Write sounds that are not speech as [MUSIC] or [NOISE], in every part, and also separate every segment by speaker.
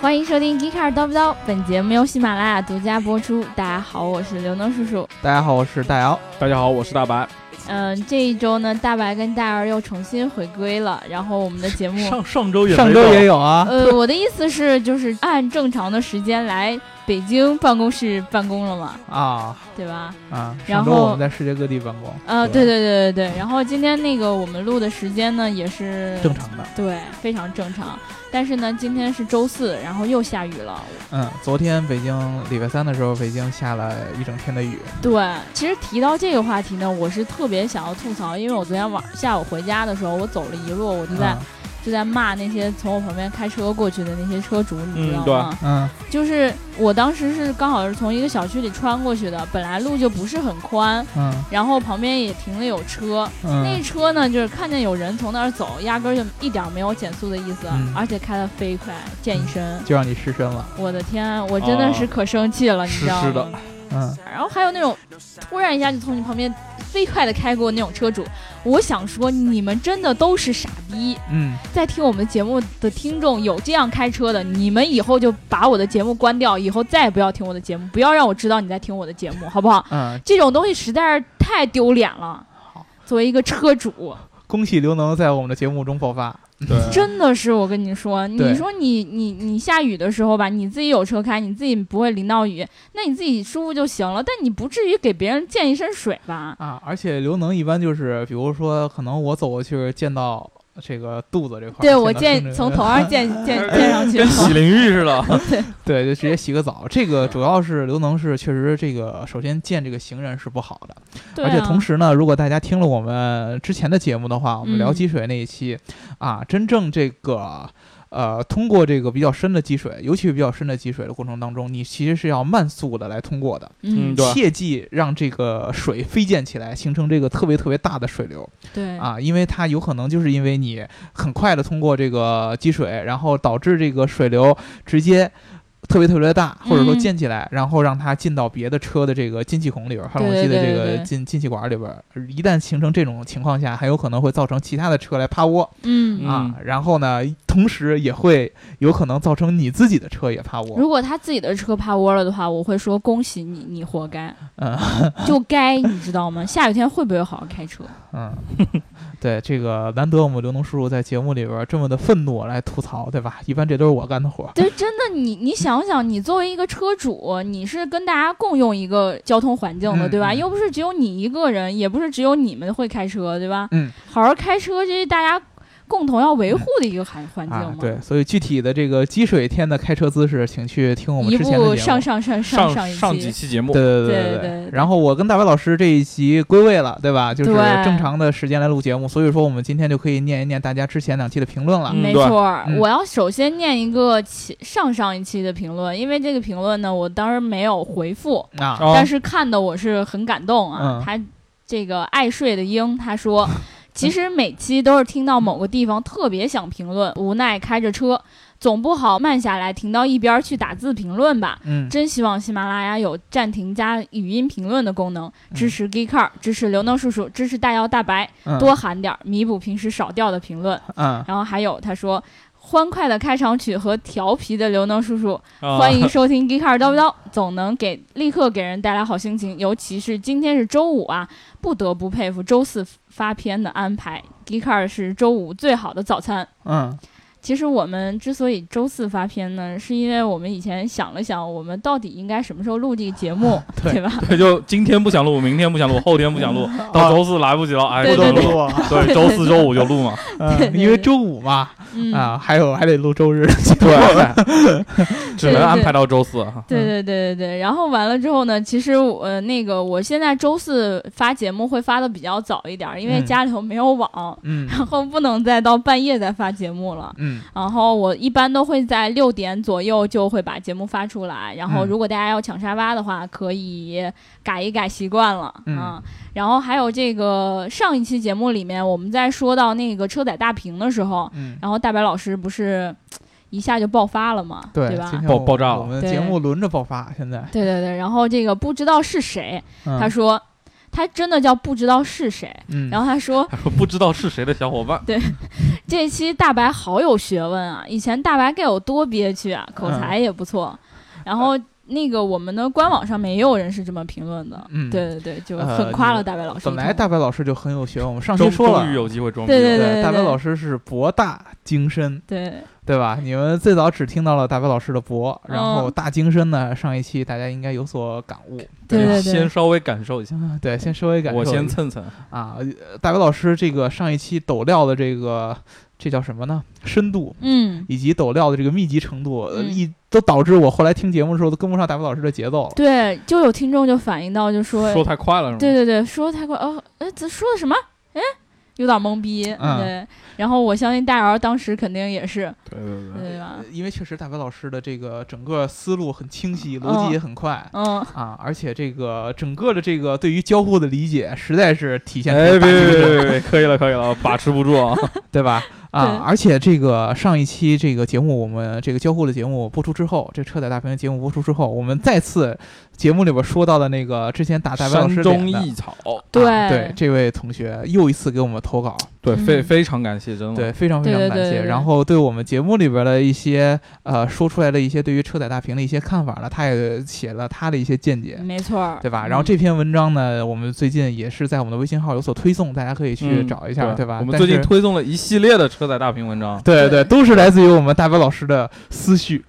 Speaker 1: 欢迎收听《g 卡尔叨不叨》，本节目由喜马拉雅独家播出。大家好，我是刘能叔叔。
Speaker 2: 大家好，我是大姚。
Speaker 3: 大家好，我是大白。
Speaker 1: 嗯、这一周呢，大白跟大姚又重新回归了，然后我们的节目，
Speaker 3: 上上周也没
Speaker 2: 上周
Speaker 3: 到
Speaker 2: 也有啊，
Speaker 1: 呃，我的意思是，就是按正常的时间来北京办公室办公了嘛，
Speaker 2: 啊
Speaker 1: 对吧？
Speaker 2: 啊！
Speaker 1: 然
Speaker 2: 上
Speaker 1: 后
Speaker 2: 周我们在世界各地办公，
Speaker 1: 呃，对对
Speaker 3: 对
Speaker 1: 对对对。然后今天那个我们录的时间呢，也是
Speaker 2: 正，常的。
Speaker 1: 对，非常正常。但是呢，今天是周四，然后又下雨了，
Speaker 2: 嗯，昨天北京礼拜三的时候，北京下了一整天的雨。
Speaker 1: 对，其实提到这个话题呢，我是特别想要吐槽，因为我昨天晚下午回家的时候，我走了一路，我就在、
Speaker 3: 嗯
Speaker 1: 就在骂那些从我旁边开车过去的那些车主，你知道
Speaker 3: 嗯对
Speaker 1: 吗？
Speaker 2: 嗯
Speaker 1: 就是我当时是刚好是从一个小区里穿过去的，本来路就不是很宽，
Speaker 2: 嗯
Speaker 1: 然后旁边也停了有车，那
Speaker 2: 嗯
Speaker 1: 车呢就是看见有人从那儿走，压根儿就一点儿没有减速的意思，
Speaker 2: 嗯
Speaker 1: 而且开得飞快，溅一身，
Speaker 2: 嗯，就让你失身了。
Speaker 1: 我的天，啊我真的是可生气了，你知道吗？
Speaker 3: 哦是的
Speaker 2: 嗯
Speaker 1: 然后还有那种突然一下就从你旁边飞快的开过那种车主，我想说你们真的都是傻逼。
Speaker 2: 嗯，
Speaker 1: 在听我们节目的听众有这样开车的，你们以后就把我的节目关掉，以后再也不要听我的节目，不要让我知道你在听我的节目，好不好？
Speaker 2: 嗯，
Speaker 1: 这种东西实在是太丢脸了。作为一个车主，
Speaker 2: 恭喜刘能在我们的节目中爆发。
Speaker 3: 对，
Speaker 1: 真的是我跟你说，
Speaker 2: 对
Speaker 1: 你说你你你下雨的时候吧，你自己有车开，你自己不会淋到雨，那你自己舒服就行了，但你不至于给别人溅一身水吧？
Speaker 2: [LAUGHS] 啊，而且刘能一般就是，比如说，可能我走过去见到这个肚子这块儿，
Speaker 1: 对我
Speaker 2: 见到
Speaker 1: 见
Speaker 2: 胸这 [LAUGHS]
Speaker 1: 从头上见见见上 [LAUGHS] 去，
Speaker 3: 跟洗淋浴似的。
Speaker 2: 对，就直接洗个澡。这个主要是刘能是确实这个，首先见这个行人是不好的，
Speaker 1: 对啊
Speaker 2: 而且同时呢，如果大家听了我们之前的节目的话，我们聊
Speaker 1: 嗯
Speaker 2: 积水那一期、啊，真正这个呃，通过这个比较深的积水，尤其是比较深的积水的过程当中，你其实是要慢速的来通过的，
Speaker 1: 嗯
Speaker 3: 嗯对
Speaker 2: 切忌让这个水飞溅起来，形成这个特别特别大的水流
Speaker 1: 对
Speaker 2: 啊，因为它有可能就是因为你很快的通过这个积水，然后导致这个水流直接。特别特别大，或者说
Speaker 1: 嗯
Speaker 2: 溅起来，然后让它进到别的车的这个进气孔里边儿，发动
Speaker 1: 对
Speaker 2: 机的
Speaker 1: 对对
Speaker 2: 这个
Speaker 1: 对
Speaker 2: 进进气管里边儿。一旦形成这种情况下，很有可能会造成其他的车来趴窝、
Speaker 1: 嗯。
Speaker 2: 啊，然后呢，同时也会有可能造成你自己的车也趴窝。
Speaker 1: 如果他自己的车趴窝了的话，我会说恭喜你，你活该，
Speaker 2: 嗯
Speaker 1: 就该，你知道吗？下雨天会不会好好开车？
Speaker 2: 嗯， [LAUGHS] 对，这个难得我们刘能叔叔在节目里边儿这么的愤怒来吐槽，对吧？一般这都是我干的活儿。
Speaker 1: [LAUGHS] 对，真的，你你想想，你作为一个车主，你是跟大家共用一个交通环境的，
Speaker 2: 嗯
Speaker 1: 对吧？
Speaker 2: 嗯
Speaker 1: 又不是只有你一个人，也不是只有你们会开车，对吧？
Speaker 2: 嗯，
Speaker 1: 好好开车，这是大家共同要维护的一个环环境
Speaker 2: 啊
Speaker 1: 嘛。，
Speaker 2: 对，所以具体的这个积水天的开车姿势，请去听我们
Speaker 1: 一
Speaker 2: 之前的节
Speaker 1: 部
Speaker 2: 目。
Speaker 1: 上上上
Speaker 3: 上
Speaker 1: 上一
Speaker 3: 上
Speaker 1: 期
Speaker 3: 几期节目，
Speaker 2: 对
Speaker 1: 对
Speaker 2: 对
Speaker 1: 对对
Speaker 2: 然后我跟大白老师这一集归位了，对吧？就是
Speaker 1: 对
Speaker 2: 正常的时间来录节目，所以说我们今天就可以念一念大家之前两期的评论了。
Speaker 3: 嗯
Speaker 1: 没
Speaker 3: 对
Speaker 1: 错儿，
Speaker 2: 嗯
Speaker 1: 我要首先念一个其上上一期的评论，因为这个评论呢，我当时没有回复，
Speaker 2: 啊，
Speaker 3: 哦
Speaker 1: 但是看的我是很感动啊。
Speaker 2: 嗯
Speaker 1: 他这个爱睡的鹰他
Speaker 2: [LAUGHS]
Speaker 1: 说，其实每期都是听到某个地方特别想评论，无奈开着车，总不好慢下来停到一边儿去打字评论吧。
Speaker 2: 嗯，
Speaker 1: 真希望喜马拉雅有暂停加语音评论的功能，支
Speaker 2: 嗯
Speaker 1: 持 g e e k a r 支持刘能叔叔，支持大姚大白，
Speaker 2: 嗯
Speaker 1: 多喊点儿，弥补平时少掉的评论。
Speaker 2: 嗯，
Speaker 1: 然后还有他说，欢快的开场曲和调皮的刘能叔叔，
Speaker 3: 啊
Speaker 1: 欢迎收听《g e e k a r 叨不叨》，总能给立刻给人带来好心情，尤其是今天是周五啊，不得不佩服周四发片的安排。g e e k a r 是周五最好的早餐。
Speaker 2: 嗯
Speaker 1: 其实我们之所以周四发片呢，是因为我们以前想了想，我们到底应该什么时候录这个节目，
Speaker 2: [LAUGHS] 对
Speaker 1: 对吧？
Speaker 3: 对，就今天不想录，明天不想录，后天不想录，到周四来不及了，哎，
Speaker 1: 对
Speaker 3: 不
Speaker 1: 对
Speaker 3: 能
Speaker 1: 对
Speaker 3: 录。
Speaker 1: [LAUGHS]
Speaker 3: 对，周四周五就录嘛。
Speaker 1: 对对
Speaker 2: 嗯，
Speaker 1: 对
Speaker 2: 因为周五嘛，
Speaker 1: 嗯，
Speaker 2: 啊，还有还得录周日。
Speaker 3: 对， [LAUGHS] 只
Speaker 1: 对
Speaker 3: 能安
Speaker 1: 对
Speaker 3: 排到周四。
Speaker 2: 嗯
Speaker 1: 对对对对对，然后完了之后呢，其实我、呃那个我现在周四发节目会发的比较早一点儿，因为
Speaker 2: 嗯
Speaker 1: 家里头没有网，
Speaker 2: 嗯
Speaker 1: 然后不能再到半夜再发节目了。
Speaker 2: 嗯
Speaker 1: 然后我一般都会在六点左右就会把节目发出来。然后
Speaker 2: 嗯
Speaker 1: 如果大家要抢沙发的话，可以改一改习惯了、
Speaker 2: 嗯
Speaker 1: 啊。然后还有这个上一期节目里面，我们在说到那个车载大屏的时候，
Speaker 2: 嗯，
Speaker 1: 然后大白老师不是一下就爆发了嘛，
Speaker 2: 对，
Speaker 1: 吧？
Speaker 2: 今天
Speaker 3: 爆
Speaker 2: 我
Speaker 3: 爆炸了
Speaker 2: 我们
Speaker 1: 对
Speaker 2: 节目轮着爆发，现在
Speaker 1: 对对对，然后这个不知道是谁，他
Speaker 2: 他
Speaker 1: 说他真的叫不知道是谁，
Speaker 2: 嗯，
Speaker 1: 然后他说，
Speaker 3: 不知道是谁的小伙伴，
Speaker 1: 这期大白好有学问啊！以前大白该有多憋屈啊，口
Speaker 2: 嗯
Speaker 1: 才也不错。然后那个我们的官网上面也有人是这么评论的，
Speaker 2: 嗯
Speaker 1: 对对对，就
Speaker 2: 呃
Speaker 1: 很夸了大白老师一
Speaker 2: 本
Speaker 1: 通。
Speaker 2: 来大白老师就很有学问，我们上期
Speaker 3: 终
Speaker 2: 说了
Speaker 3: 终于，有机会，终于
Speaker 1: 对对
Speaker 3: 有
Speaker 2: 大白
Speaker 1: 对
Speaker 2: 老师是博大精深，
Speaker 1: 对
Speaker 2: 对吧？你们最早只听到了大白老师的博，然
Speaker 1: 嗯
Speaker 2: 后大精深呢，上一期大家应该有所感悟。
Speaker 1: 对对对
Speaker 3: 先稍微感受一下，
Speaker 2: 啊对，先稍微感受
Speaker 3: 我
Speaker 2: 一下。
Speaker 3: 先蹭蹭，
Speaker 2: 啊，呃大白老师这个上一期抖料的这个这叫什么呢？深度
Speaker 1: 嗯，
Speaker 2: 以及抖料的这个密集程度，呃
Speaker 1: 嗯
Speaker 2: 一、都导致我后来听节目的时候都跟不上大白老师的节奏了。
Speaker 1: 对，就有听众就反映到，就说，
Speaker 3: 说太快了是吗？
Speaker 1: 对对对，说太快哦，哎，这说的什么？哎，有点懵逼。
Speaker 2: 嗯
Speaker 1: 对，然后我相信大姚当时肯定也是，
Speaker 3: 对对对，
Speaker 1: 对吧？
Speaker 2: 因为确实大白老师的这个整个思路很清晰，逻辑也很快、
Speaker 1: 嗯，
Speaker 2: 啊，而且这个整个的这个对于交互的理解，实在是体现出
Speaker 3: 哎，别
Speaker 2: 大
Speaker 3: 别
Speaker 2: 精
Speaker 3: 别
Speaker 2: 深
Speaker 3: 别别，可以了可以了，把持不住啊！
Speaker 2: 对吧？啊
Speaker 1: 对，
Speaker 2: 而且这个上一期这个节目，我们这个交互的节目播出之后，这车载大屏的节目播出之后，我们再次节目里边说到的那个之前打大白老师脸
Speaker 3: 山中
Speaker 2: 的
Speaker 3: 异草，
Speaker 1: 对、
Speaker 2: 啊对，这位同学又一次给我们投稿，
Speaker 3: 对，非
Speaker 1: 嗯
Speaker 3: 非常感谢，真的。
Speaker 2: 对，非常非
Speaker 1: 对
Speaker 2: 常
Speaker 1: 对
Speaker 2: 感
Speaker 1: 对
Speaker 2: 谢。
Speaker 1: 对对
Speaker 2: 然后对我们节目里边的一些呃说出来的一些对于车载大屏的一些看法呢，他也写了他的一些见解。
Speaker 1: 没错儿，
Speaker 2: 对吧？然后
Speaker 1: 嗯
Speaker 2: 这篇文章呢，我们最近也是在我们的微信号有所推送，大家可以去
Speaker 3: 嗯
Speaker 2: 找一下，对吧？
Speaker 3: 我们
Speaker 2: 但
Speaker 3: 最近
Speaker 2: 是
Speaker 3: 推送了一系列的车载大屏文章。
Speaker 2: 对
Speaker 1: 对
Speaker 2: 对，都是来自于我们大白老师的思绪，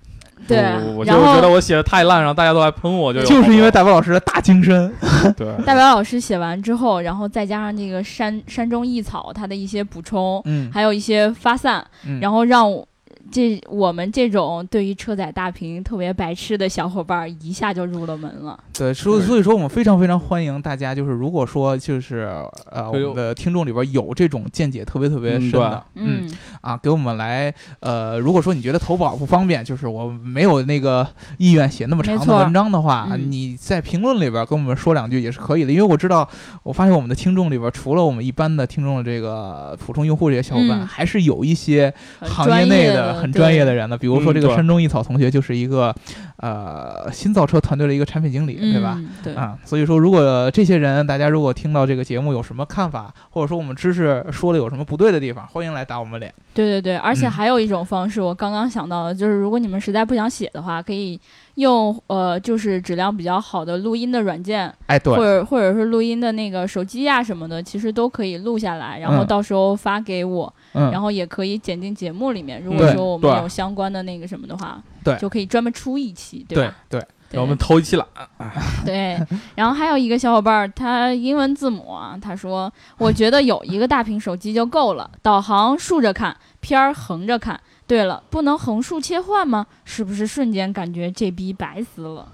Speaker 1: 对
Speaker 3: 我我，就
Speaker 1: 然
Speaker 3: 觉得
Speaker 1: 后
Speaker 3: 我写的太烂，然后大家都来喷我，就有
Speaker 2: 就是因为
Speaker 3: 好
Speaker 2: 大白老师的大精
Speaker 3: [LAUGHS]
Speaker 2: 深。
Speaker 3: 多对
Speaker 1: 大白老师写完之后，然后再加上这个山山中异草它的一些补充，
Speaker 2: 嗯，
Speaker 1: 还有一些发散，
Speaker 2: 嗯
Speaker 1: 然后让我这我们这种对于车载大屏特别白痴的小伙伴儿一下就入了门了。
Speaker 2: 对，所以所以说我们非常非常欢迎大家，就是如果说就是呃我
Speaker 3: 对
Speaker 2: 们的听众里边有这种见解特别特别
Speaker 3: 哎嗯
Speaker 2: 深
Speaker 3: 对
Speaker 2: 的，嗯
Speaker 1: 嗯，
Speaker 2: 啊，给我们来呃，如果说你觉得投保不方便，就是我没有那个意愿写那么长
Speaker 1: 没
Speaker 2: 的
Speaker 1: 错
Speaker 2: 文章的话，
Speaker 1: 嗯
Speaker 2: 你在评论里边跟我们说两句也是可以的，因为我知道我发现我们的听众里边，除了我们一般的听众的这个普通用户这些小伙伴，
Speaker 1: 嗯
Speaker 2: 还是有一些。
Speaker 1: 很
Speaker 2: 行业
Speaker 1: 专
Speaker 2: 内
Speaker 1: 业
Speaker 2: 的
Speaker 1: 的
Speaker 2: 很专业的
Speaker 1: 对
Speaker 2: 人的，比如说这
Speaker 3: 嗯
Speaker 2: 个
Speaker 3: 对
Speaker 2: 山中一草同学就是一个，呃，新造车团队的一个产品经理，对吧？
Speaker 1: 嗯、对，
Speaker 2: 啊，所以说，如果这些人，大家如果听到这个节目有什么看法，或者说我们知识说的有什么不对的地方，欢迎来打我们脸。
Speaker 1: 对对对，而且
Speaker 2: 嗯
Speaker 1: 还有一种方式，我刚刚想到的，就是如果你们实在不想写的话，可以用呃，就是质量比较好的录音的软件，
Speaker 2: 哎，
Speaker 1: 或
Speaker 2: 对，
Speaker 1: 者或者是录音的那个手机呀、什么的，其实都可以录下来，然后
Speaker 2: 嗯
Speaker 1: 到时候发给我，然
Speaker 2: 嗯，
Speaker 1: 后也可以剪进节目里面。如
Speaker 3: 嗯
Speaker 1: 果
Speaker 2: 对
Speaker 1: 说我们
Speaker 3: 对
Speaker 1: 有相关的那个什么的话，
Speaker 2: 对
Speaker 1: 就可以专门出一期，
Speaker 2: 对
Speaker 1: 吧？
Speaker 2: 对，
Speaker 1: 对
Speaker 3: 然后我们偷一期了，
Speaker 2: [LAUGHS]
Speaker 1: 对，然后还有一个小伙伴儿，他英文字母啊，他说：“我觉得有一个大屏手机就够了，导航竖着看，片儿横着看。对了，不能横竖切换吗？是不是瞬间感觉这逼白死了？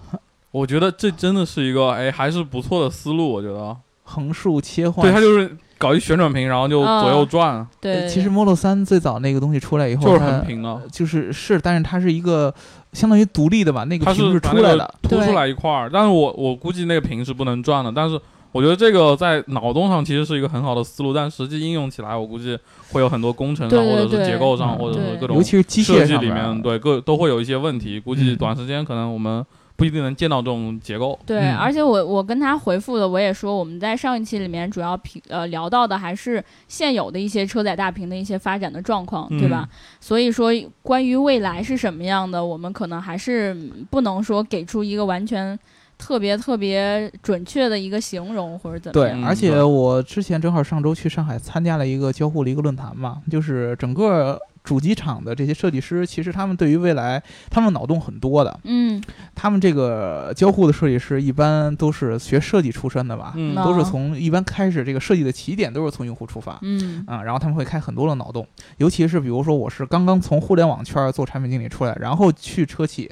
Speaker 3: 我觉得这真的是一个哎还是不错的思路，我觉得。
Speaker 2: 横竖切换。
Speaker 3: 对，它就是搞一旋转屏，然后就
Speaker 1: 嗯
Speaker 3: 左右转，
Speaker 1: 对，
Speaker 2: 呃其实 Model 三最早那个东西出来以后，
Speaker 3: 就是
Speaker 2: 它
Speaker 3: 很，平啊。
Speaker 2: 就是是，但是它是一个相当于独立的吧，那个
Speaker 3: 它
Speaker 2: 屏
Speaker 3: 是把
Speaker 2: 出
Speaker 3: 那
Speaker 2: 来
Speaker 3: 个
Speaker 2: 的。
Speaker 3: 凸出
Speaker 1: 对
Speaker 3: 来一块儿，但是我我估计那个屏是不能转的，但是。我觉得这个在脑洞上其实是一个很好的思路，但实际应用起来，我估计会有很多工程上，啊
Speaker 1: 对对
Speaker 3: 或者
Speaker 1: 对
Speaker 3: 是结构上，
Speaker 2: 嗯
Speaker 3: 或者是
Speaker 1: 对
Speaker 3: 各种
Speaker 2: 尤其是机
Speaker 3: 设
Speaker 2: 械
Speaker 3: 计
Speaker 2: 上
Speaker 3: 里
Speaker 2: 边儿
Speaker 3: 面，对各都会有一些问题，估计
Speaker 2: 嗯
Speaker 3: 短时间可能我们不一定能见到这种结构。
Speaker 1: 对，
Speaker 2: 嗯
Speaker 1: 而且我我跟他回复的，我也说我们在上一期里面主要评呃聊到的还是现有的一些车载大屏的一些发展的状况，嗯
Speaker 3: 嗯
Speaker 1: 对吧？
Speaker 2: 嗯
Speaker 1: 所以说关于未来是什么样的，我们可能还是嗯不能说给出一个完全特别特别准确的一个形容或者怎么
Speaker 2: 对
Speaker 1: 样。，
Speaker 3: 嗯
Speaker 2: 而且
Speaker 3: 对
Speaker 2: 我之前正好上周去上海参加了一个交互的一个论坛嘛，就是整个主机厂的这些设计师，其实他们对于未来，他们脑洞很多的。
Speaker 1: 嗯，
Speaker 2: 他们这个交互的设计师一般都是学设计出身的吧，
Speaker 3: 嗯，
Speaker 1: 那
Speaker 2: 都是从一般开始这个设计的起点都是从用户出发。
Speaker 1: 嗯
Speaker 2: 啊、然后他们会开很多的脑洞，尤其是比如说我是刚刚从互联网圈儿做产品经理出来，然后去车企，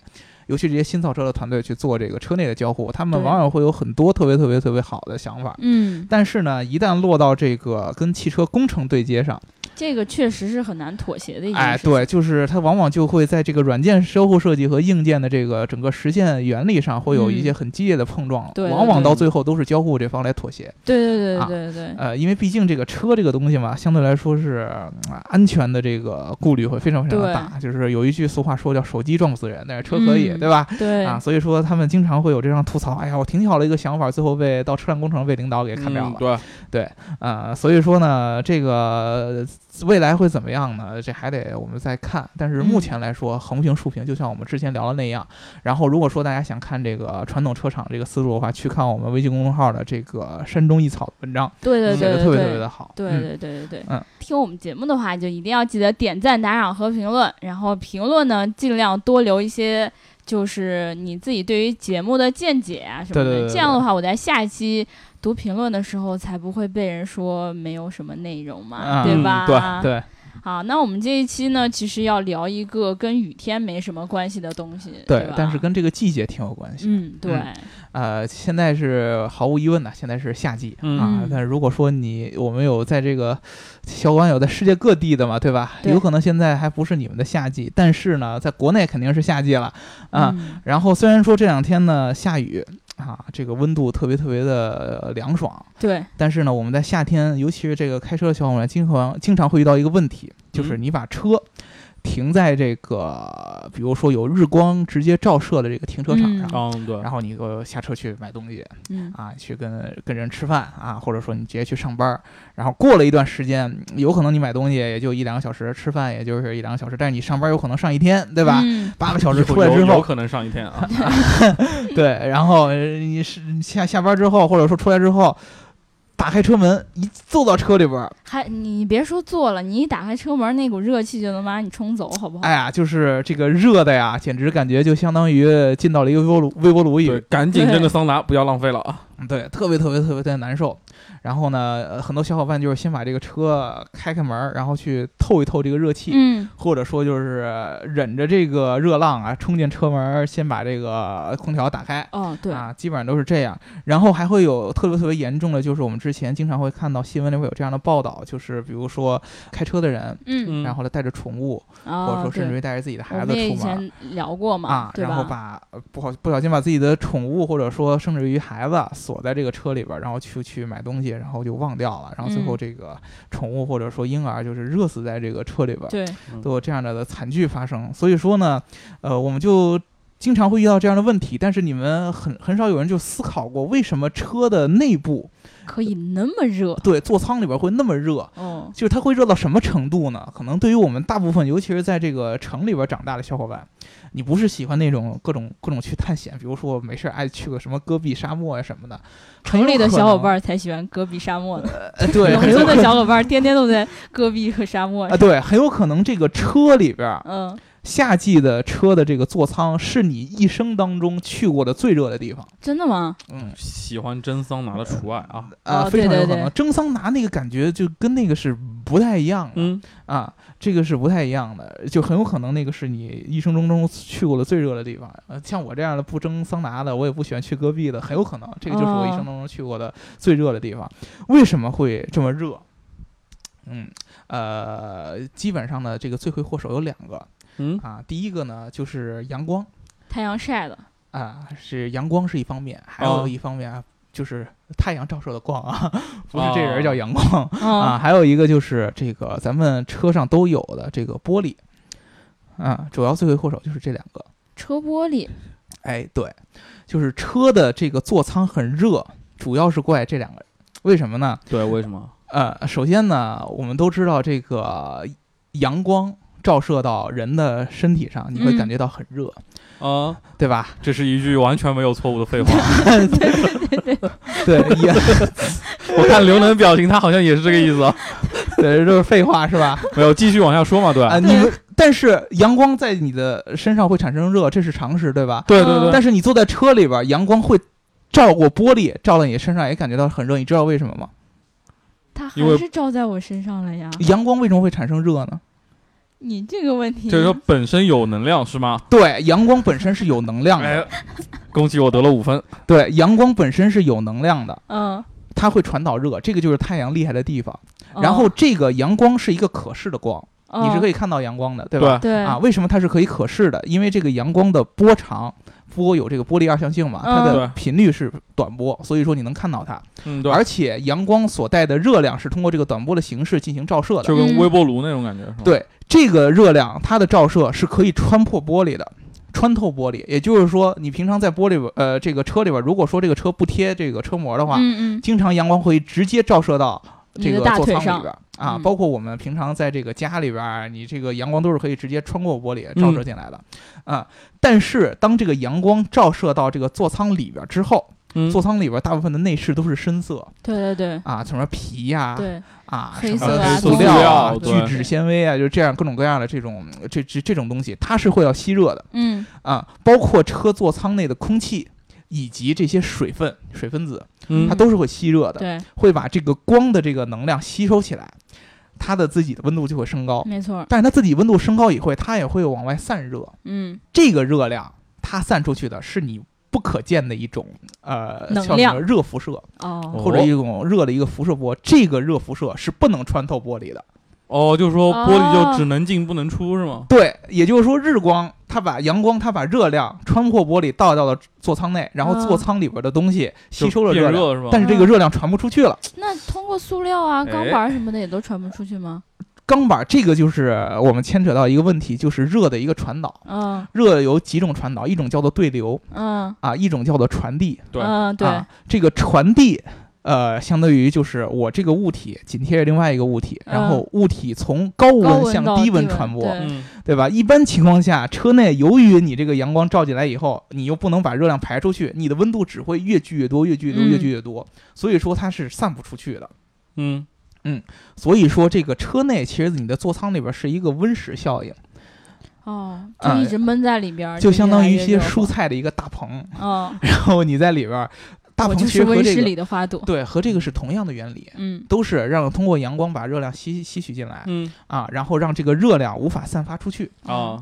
Speaker 2: 尤其这些新造车的团队去做这个车内的交互，他们
Speaker 1: 对
Speaker 2: 往往会有很多特别特别特别好的想法。
Speaker 1: 嗯，
Speaker 2: 但是呢，一旦落到这个跟汽车工程对接上，
Speaker 1: 这个确实是很难妥协的一件
Speaker 2: 哎，
Speaker 1: 事情。
Speaker 2: 对，就是它往往就会在这个软件交互设计和硬件的这个整个实现原理上，会有一些
Speaker 1: 嗯
Speaker 2: 很激烈的碰撞，
Speaker 1: 对
Speaker 2: 往往
Speaker 3: 对
Speaker 2: 到
Speaker 3: 对
Speaker 2: 最后都是交互这方来妥协。
Speaker 1: 对对
Speaker 2: 啊
Speaker 1: 对对对
Speaker 2: 呃，因为毕竟这个车这个东西嘛，相对来说是、嗯安全的这个顾虑会非常非常的
Speaker 1: 对
Speaker 2: 大。就是有一句俗话说叫“手机撞不死人”，但是车可以，
Speaker 1: 嗯
Speaker 2: 对吧？
Speaker 1: 对
Speaker 2: 啊，所以说他们经常会有这样吐槽：“哎呀，我挺好的一个想法，最后
Speaker 1: 嗯
Speaker 2: 被到车辆工程被领导给砍掉了。
Speaker 3: 嗯对，
Speaker 2: 呃，所以说呢，这个未来会怎么样呢？这还得我们再看。但是
Speaker 1: 嗯
Speaker 2: 目前来说，横评、竖评，就像我们之前聊的那样。然后，如果说大家想看这个传统车厂这个思路的话，去看我们微信公众号的这个“山中一草”的文章，
Speaker 1: 对对
Speaker 2: 写
Speaker 1: 对对
Speaker 2: 的嗯特
Speaker 1: 对
Speaker 2: 别特别的好。
Speaker 1: 对
Speaker 2: 嗯
Speaker 1: 对对对对，
Speaker 2: 嗯
Speaker 1: 听我们节目的话，就一定要记得点赞、打赏和评论，然后评论呢，尽量多留一些就是你自己对于节目的见解啊什么的。
Speaker 2: 对对对对对
Speaker 1: 这样的话，我在下一期读评论的时候，才不会被人说没有什么内容嘛，
Speaker 2: 啊
Speaker 1: 对
Speaker 3: 嗯
Speaker 1: 吧？
Speaker 2: 对对，
Speaker 1: 好，那我们这一期呢，其实要聊一个跟雨天没什么关系的东西，
Speaker 2: 对，
Speaker 1: 吧？
Speaker 2: 但是跟这个季节挺有关系。
Speaker 1: 嗯，对，
Speaker 2: 嗯呃，现在是毫无疑问的，现在是夏季、
Speaker 3: 嗯
Speaker 2: 啊
Speaker 1: 嗯。
Speaker 2: 但如果说你我们有在这个小馆有在世界各地的嘛，对吧？
Speaker 1: 对
Speaker 2: 有可能现在还不是你们的夏季，但是呢，在国内肯定是夏季了啊。
Speaker 1: 嗯
Speaker 2: 然后虽然说这两天呢下雨啊，这个温度特别特别的呃凉爽，
Speaker 1: 对，
Speaker 2: 但是呢，我们在夏天，尤其是这个开车的小伙伴们，经常经常会遇到一个问题，就是
Speaker 3: 嗯
Speaker 2: 你把车停在这个，比如说有日光直接照射的这个停车场上。
Speaker 1: 嗯
Speaker 3: 嗯，对，
Speaker 2: 然后你呃下车去买东西
Speaker 1: 嗯，
Speaker 2: 啊，去跟跟人吃饭啊，或者说你直接去上班儿，然后过了一段时间，有可能你买东西也就一两个小时，吃饭也就是一两个小时，但是你上班有可能上一天，对
Speaker 1: 对
Speaker 2: 吧？
Speaker 1: 嗯
Speaker 2: 八个小时
Speaker 3: 有
Speaker 2: 出来之
Speaker 3: 有
Speaker 2: 后
Speaker 3: 有，可能上一天啊，
Speaker 2: 对，然后呃你是下下班之后，或者说出来之后，打开车门，一坐到车里边儿，
Speaker 1: 还你别说坐了，你一打开车门，那股热气就能把你冲走，好不好？
Speaker 2: 哎呀，就是这个热的呀，简直感觉就相当于进到了一个微波炉微波炉一
Speaker 3: 对，
Speaker 2: 样，
Speaker 3: 赶紧扔个桑拿，不要浪费了啊。
Speaker 2: 对，特别特别特别特别难受。然后呢，呃很多小伙伴就是先把这个车开开门儿，然后去透一透这个热气。
Speaker 1: 嗯，
Speaker 2: 或者说就是忍着这个热浪啊，冲进车门儿，先把这个空调打开，
Speaker 1: 哦，对，
Speaker 2: 啊，基本上都是这样。然后还会有特别特别严重的，就是我们之前经常会看到新闻里会有这样的报道，就是比如说开车的人，
Speaker 1: 嗯，
Speaker 3: 嗯，
Speaker 2: 然后呢带着宠物，或者
Speaker 1: 哦，
Speaker 2: 说甚至
Speaker 1: 对，
Speaker 2: 于带着自己的孩
Speaker 1: 我
Speaker 2: 子
Speaker 1: 们也
Speaker 2: 出
Speaker 1: 以
Speaker 2: 门。
Speaker 1: 前聊过嘛，
Speaker 2: 啊，
Speaker 1: 对
Speaker 2: 然后
Speaker 1: 吧？
Speaker 2: 把呃不好不小心把自己的宠物或者说甚至于孩子锁在这个车里边儿，然后去去买东西，然后就忘掉了，然后最后
Speaker 1: 嗯
Speaker 2: 这个宠物或者说婴儿就是热死在这个车里边儿。
Speaker 1: 对，
Speaker 2: 都有这样的惨剧发生。所以说呢，呃，我们就经常会遇到这样的问题，但是你们很很少有人就思考过，为什么车的内部
Speaker 1: 可以那么热，
Speaker 2: 对座舱里边会那么热？
Speaker 1: 哦，
Speaker 2: 就是它会热到什么程度呢？可能对于我们大部分，尤其是在这个城里边长大的小伙伴，你不是喜欢那种各种各种去探险，比如说没事儿爱去个什么戈壁沙漠呀、什么的。很有
Speaker 1: 城里的
Speaker 2: 可
Speaker 1: 小伙
Speaker 2: 能
Speaker 1: 伴，儿才喜欢戈壁沙漠呢，
Speaker 2: 呃、
Speaker 1: [LAUGHS]
Speaker 2: 对，
Speaker 1: 农
Speaker 2: 很有
Speaker 1: 村
Speaker 2: 可
Speaker 1: 的小伙伴儿天天都在戈壁和沙漠
Speaker 2: 啊，。对，很有可能这个车里边儿
Speaker 1: 嗯，
Speaker 2: 夏季的车的这个座舱是你一生当中去过的最热的地方。
Speaker 1: 真的吗？
Speaker 2: 嗯
Speaker 3: 喜欢蒸桑拿的除外啊。
Speaker 2: 啊，
Speaker 1: 哦
Speaker 2: 非常有
Speaker 1: 对
Speaker 2: 可
Speaker 1: 对
Speaker 2: 能
Speaker 1: 对
Speaker 2: 蒸桑拿那个感觉就跟那个是不太一样的、
Speaker 3: 嗯，
Speaker 2: 啊，这个是不太一样的，就很有可能那个是你一生当中去过的最热的地方。呃，像我这样的不蒸桑拿的，我也不喜欢去戈壁的，很有可能这个就是我一
Speaker 3: 哦
Speaker 2: 生当中去过的最热的地方。为什么会这么热？嗯，呃，基本上呢，这个罪魁祸首有两个
Speaker 3: 嗯
Speaker 2: 啊，第一个呢就是阳光。
Speaker 1: 太阳晒的，
Speaker 2: 啊，是阳光是一方面，还有
Speaker 3: 哦
Speaker 2: 一方面啊，就是太阳照射的光啊， [LAUGHS] 不是这人儿
Speaker 3: 哦
Speaker 2: 叫阳光、啊，
Speaker 1: 嗯，
Speaker 2: 还有一个就是这个咱们车上都有的这个玻璃，啊，主要罪魁祸首就是这两个。
Speaker 1: 车玻璃，
Speaker 2: 哎，对，就是车的这个座舱很热，主要是怪这两个人，为什么呢？
Speaker 3: 对，为什么？
Speaker 2: 呃，首先呢，我们都知道这个阳光照射到人的身体上，你会感
Speaker 1: 嗯
Speaker 2: 觉到很热，
Speaker 3: 啊，
Speaker 2: 对吧？
Speaker 3: 这是一句完全没有错误的废话。
Speaker 2: 对，也
Speaker 3: 我看刘能的表情，他好像也是这个意思啊。
Speaker 2: 对，这就是废话是吧？
Speaker 3: 没有，继续往下说嘛，对
Speaker 2: 啊，
Speaker 3: 吧？
Speaker 2: 你们但是阳光在你的身上会产生热，这是常识，对吧？
Speaker 3: 对对
Speaker 1: 嗯
Speaker 3: 对，
Speaker 2: 但是你坐在车里边儿，阳光会照过玻璃，照到你身上也感觉到很热，你知道为什么吗？
Speaker 1: 它还
Speaker 3: 因为
Speaker 1: 是照在我身上了呀。
Speaker 2: 阳光为什么会产生热呢？
Speaker 1: 你这个问题，
Speaker 3: 就是说本身有能量是吗？
Speaker 2: 对，阳光本身是有能量的，
Speaker 3: 哎，恭喜我得了五分。
Speaker 2: 对，阳光本身是有能量的，
Speaker 1: 嗯，
Speaker 2: 它会传导热，这个就是太阳厉害的地方。
Speaker 1: 哦
Speaker 2: 然后这个阳光是一个可视的光，你是可
Speaker 1: 以
Speaker 2: 以看到阳光的，对
Speaker 3: 对
Speaker 2: 吧？
Speaker 1: 哦对
Speaker 2: 啊，，为什么它是可以可视的？因为这个阳光的波长，波有这个玻璃二象性嘛，它
Speaker 1: 嗯
Speaker 2: 的
Speaker 3: 对
Speaker 2: 频率是短波，所以说你能看到它。
Speaker 3: 嗯，对，
Speaker 2: 而且阳光所带的热量是通过这个短波的形式进行照射的
Speaker 3: 就。
Speaker 1: 嗯
Speaker 3: 跟微波炉那种感觉是吧？，
Speaker 2: 对，这个热量它的照射是可以穿破玻璃的。穿透玻璃，也就是说，你平常在玻璃边呃这个车里边，如果说这个车不贴这个车膜的话，
Speaker 1: 嗯嗯，
Speaker 2: 经常阳光会直接照射到
Speaker 1: 你
Speaker 2: 这个
Speaker 1: 大
Speaker 2: 座
Speaker 1: 腿
Speaker 2: 舱里
Speaker 1: 上
Speaker 2: 边，儿啊，
Speaker 1: 嗯
Speaker 2: 包括我们平常在这个家里边，儿，你这个阳光都是可以直接穿过玻璃
Speaker 1: 嗯
Speaker 2: 照射进来的、啊。但是当这个阳光照射到这个座舱里边儿之后，
Speaker 3: 嗯
Speaker 2: 座舱里边儿大部分的内饰都是深色
Speaker 1: 对对对
Speaker 2: 啊，什么皮呀、啊。
Speaker 1: 对，
Speaker 2: 什
Speaker 1: 黑
Speaker 2: 么
Speaker 1: 色啊
Speaker 2: 塑
Speaker 1: 棕
Speaker 2: 料啊、
Speaker 3: 色
Speaker 2: 聚
Speaker 3: 对
Speaker 2: 酯纤维啊，就这样各种各样的这种这这这种东西，它是会要吸热的
Speaker 1: 嗯
Speaker 2: 啊，包括车座舱内的空气以及这些水分、水分子，
Speaker 3: 嗯
Speaker 2: 它都是会吸热的。
Speaker 1: 对，
Speaker 2: 会把这个光的这个能量吸收起来，它的自己的温度就会升高。
Speaker 1: 没错，
Speaker 2: 但是它自己温度升高以后，它也会往外散热。
Speaker 1: 嗯，
Speaker 2: 这个热量它散出去的是你不可见的一种呃
Speaker 1: 能
Speaker 2: 叫什
Speaker 1: 量
Speaker 2: 么热辐射，
Speaker 1: 哦，
Speaker 3: 哦
Speaker 2: 或者一种热的一个辐射波。这个热辐射是不能穿透玻璃的。
Speaker 3: 哦，就是说
Speaker 1: 哦
Speaker 3: 玻璃就只能进不能出是吗？
Speaker 2: 对，也就是说，日光它把阳光它把热量穿破玻璃倒到了座舱内，然后
Speaker 1: 啊
Speaker 2: 座舱里边的东西吸收了
Speaker 3: 嗯就变
Speaker 2: 量，
Speaker 3: 热是吧？嗯
Speaker 2: 但是这个热量传不出去了。
Speaker 1: 那通过塑料啊、
Speaker 3: 哎
Speaker 1: 钢板儿什么的也都传不出去吗？
Speaker 2: 钢板这个就是我们牵扯到一个问题，就是热的一个传导。
Speaker 1: 嗯
Speaker 2: 热有几种传导，一种叫做对流
Speaker 1: 嗯
Speaker 2: 啊，一种叫做传递。
Speaker 3: 对
Speaker 1: 嗯，对
Speaker 2: 啊，这个传递，呃，相当于就是我这个物体紧贴着另外一个物体，
Speaker 1: 嗯
Speaker 2: 然后物体从高
Speaker 1: 高
Speaker 2: 温
Speaker 1: 温
Speaker 2: 向
Speaker 1: 到
Speaker 2: 低
Speaker 1: 低
Speaker 2: 温
Speaker 1: 温
Speaker 2: 传播，
Speaker 1: 对
Speaker 3: 嗯，
Speaker 2: 对吧？一般情况下，车内由于你这个阳光照进来以后，你又不能把热量排出去，你的温度只会越聚越多，越聚越多，
Speaker 1: 嗯
Speaker 2: 越聚越多，所以说它是散不出去的。
Speaker 3: 嗯，
Speaker 2: 所以说，这个车内其实你的座舱里边是一个温室效应，
Speaker 1: 哦，就
Speaker 3: 哎
Speaker 2: 啊
Speaker 1: 一直闷在里边儿，
Speaker 2: 就相当于一些蔬
Speaker 1: 蔬，
Speaker 2: 菜的一个大棚， [LAUGHS]
Speaker 1: 嗯，
Speaker 2: 然后你在里边儿，大
Speaker 1: 我
Speaker 2: 棚
Speaker 1: 就
Speaker 2: 其
Speaker 1: 是
Speaker 2: 实和
Speaker 1: 温
Speaker 2: 这
Speaker 1: 室
Speaker 2: 个
Speaker 1: 里的花朵，
Speaker 2: 对和这个是同样的原理，
Speaker 1: 嗯
Speaker 2: 都是让通过阳光把热量吸吸取进来
Speaker 3: 嗯
Speaker 2: 啊，然后让这个热量无法散发出去。
Speaker 3: 啊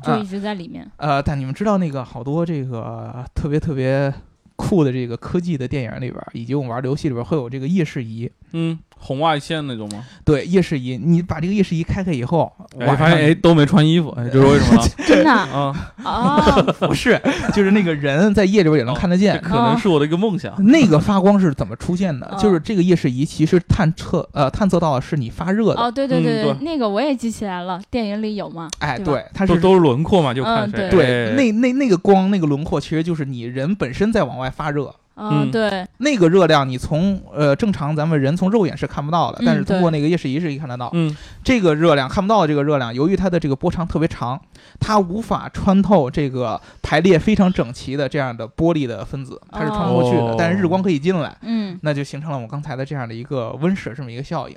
Speaker 1: 嗯就一直在里面，
Speaker 2: 呃，但你们知道那个好多这个特别特别酷的这个科技的电影里边儿，以及我们玩儿游戏里边儿会有这个夜视仪。
Speaker 3: 嗯，红外线那种吗？
Speaker 2: 对，夜视仪，你把这个夜视仪开开以后，
Speaker 3: 哎，
Speaker 2: 晚
Speaker 3: 发
Speaker 2: 上
Speaker 3: 现哎都没穿衣服，哎，这是为
Speaker 2: [LAUGHS]
Speaker 3: 什么呢？
Speaker 1: 真的啊
Speaker 3: 啊，
Speaker 1: 哦，
Speaker 2: 不是，就是那个人在夜里边儿也能看得
Speaker 3: 哦这
Speaker 2: 见。
Speaker 3: 可能是我的一个梦想。
Speaker 2: [LAUGHS] 那个发光是怎么出现的
Speaker 1: 哦？
Speaker 2: 就是这个夜视仪其实探测呃探测到的是你发热的，
Speaker 1: 哦，对对对
Speaker 3: 嗯对
Speaker 1: 那个我也记起来了，电影里有嘛，
Speaker 2: 哎，
Speaker 1: 对吧
Speaker 2: 对，它
Speaker 3: 都
Speaker 2: 是
Speaker 3: 都是轮廓嘛，就看
Speaker 1: 嗯
Speaker 3: 谁。
Speaker 2: 对，
Speaker 3: 哎
Speaker 2: 那那那个光那个轮廓，其实就是你人本身在往外发热。
Speaker 1: 嗯，
Speaker 3: 嗯
Speaker 1: 对，
Speaker 2: 那个热量，你从呃正常咱们人从肉眼是看不到的
Speaker 1: 嗯，
Speaker 2: 但是通过
Speaker 1: 对
Speaker 2: 那个夜视仪是可以看得到。
Speaker 3: 嗯
Speaker 2: 这个热量看不到的这个热量，由于它的这个波长特别长，它无法穿透这个排列非常整齐的这样的玻璃的分子，它是穿不过去
Speaker 3: 哦
Speaker 2: 的。但是日光可以进来，
Speaker 1: 嗯
Speaker 2: 那就形成了我刚才的这样的一个温室这么一个效应。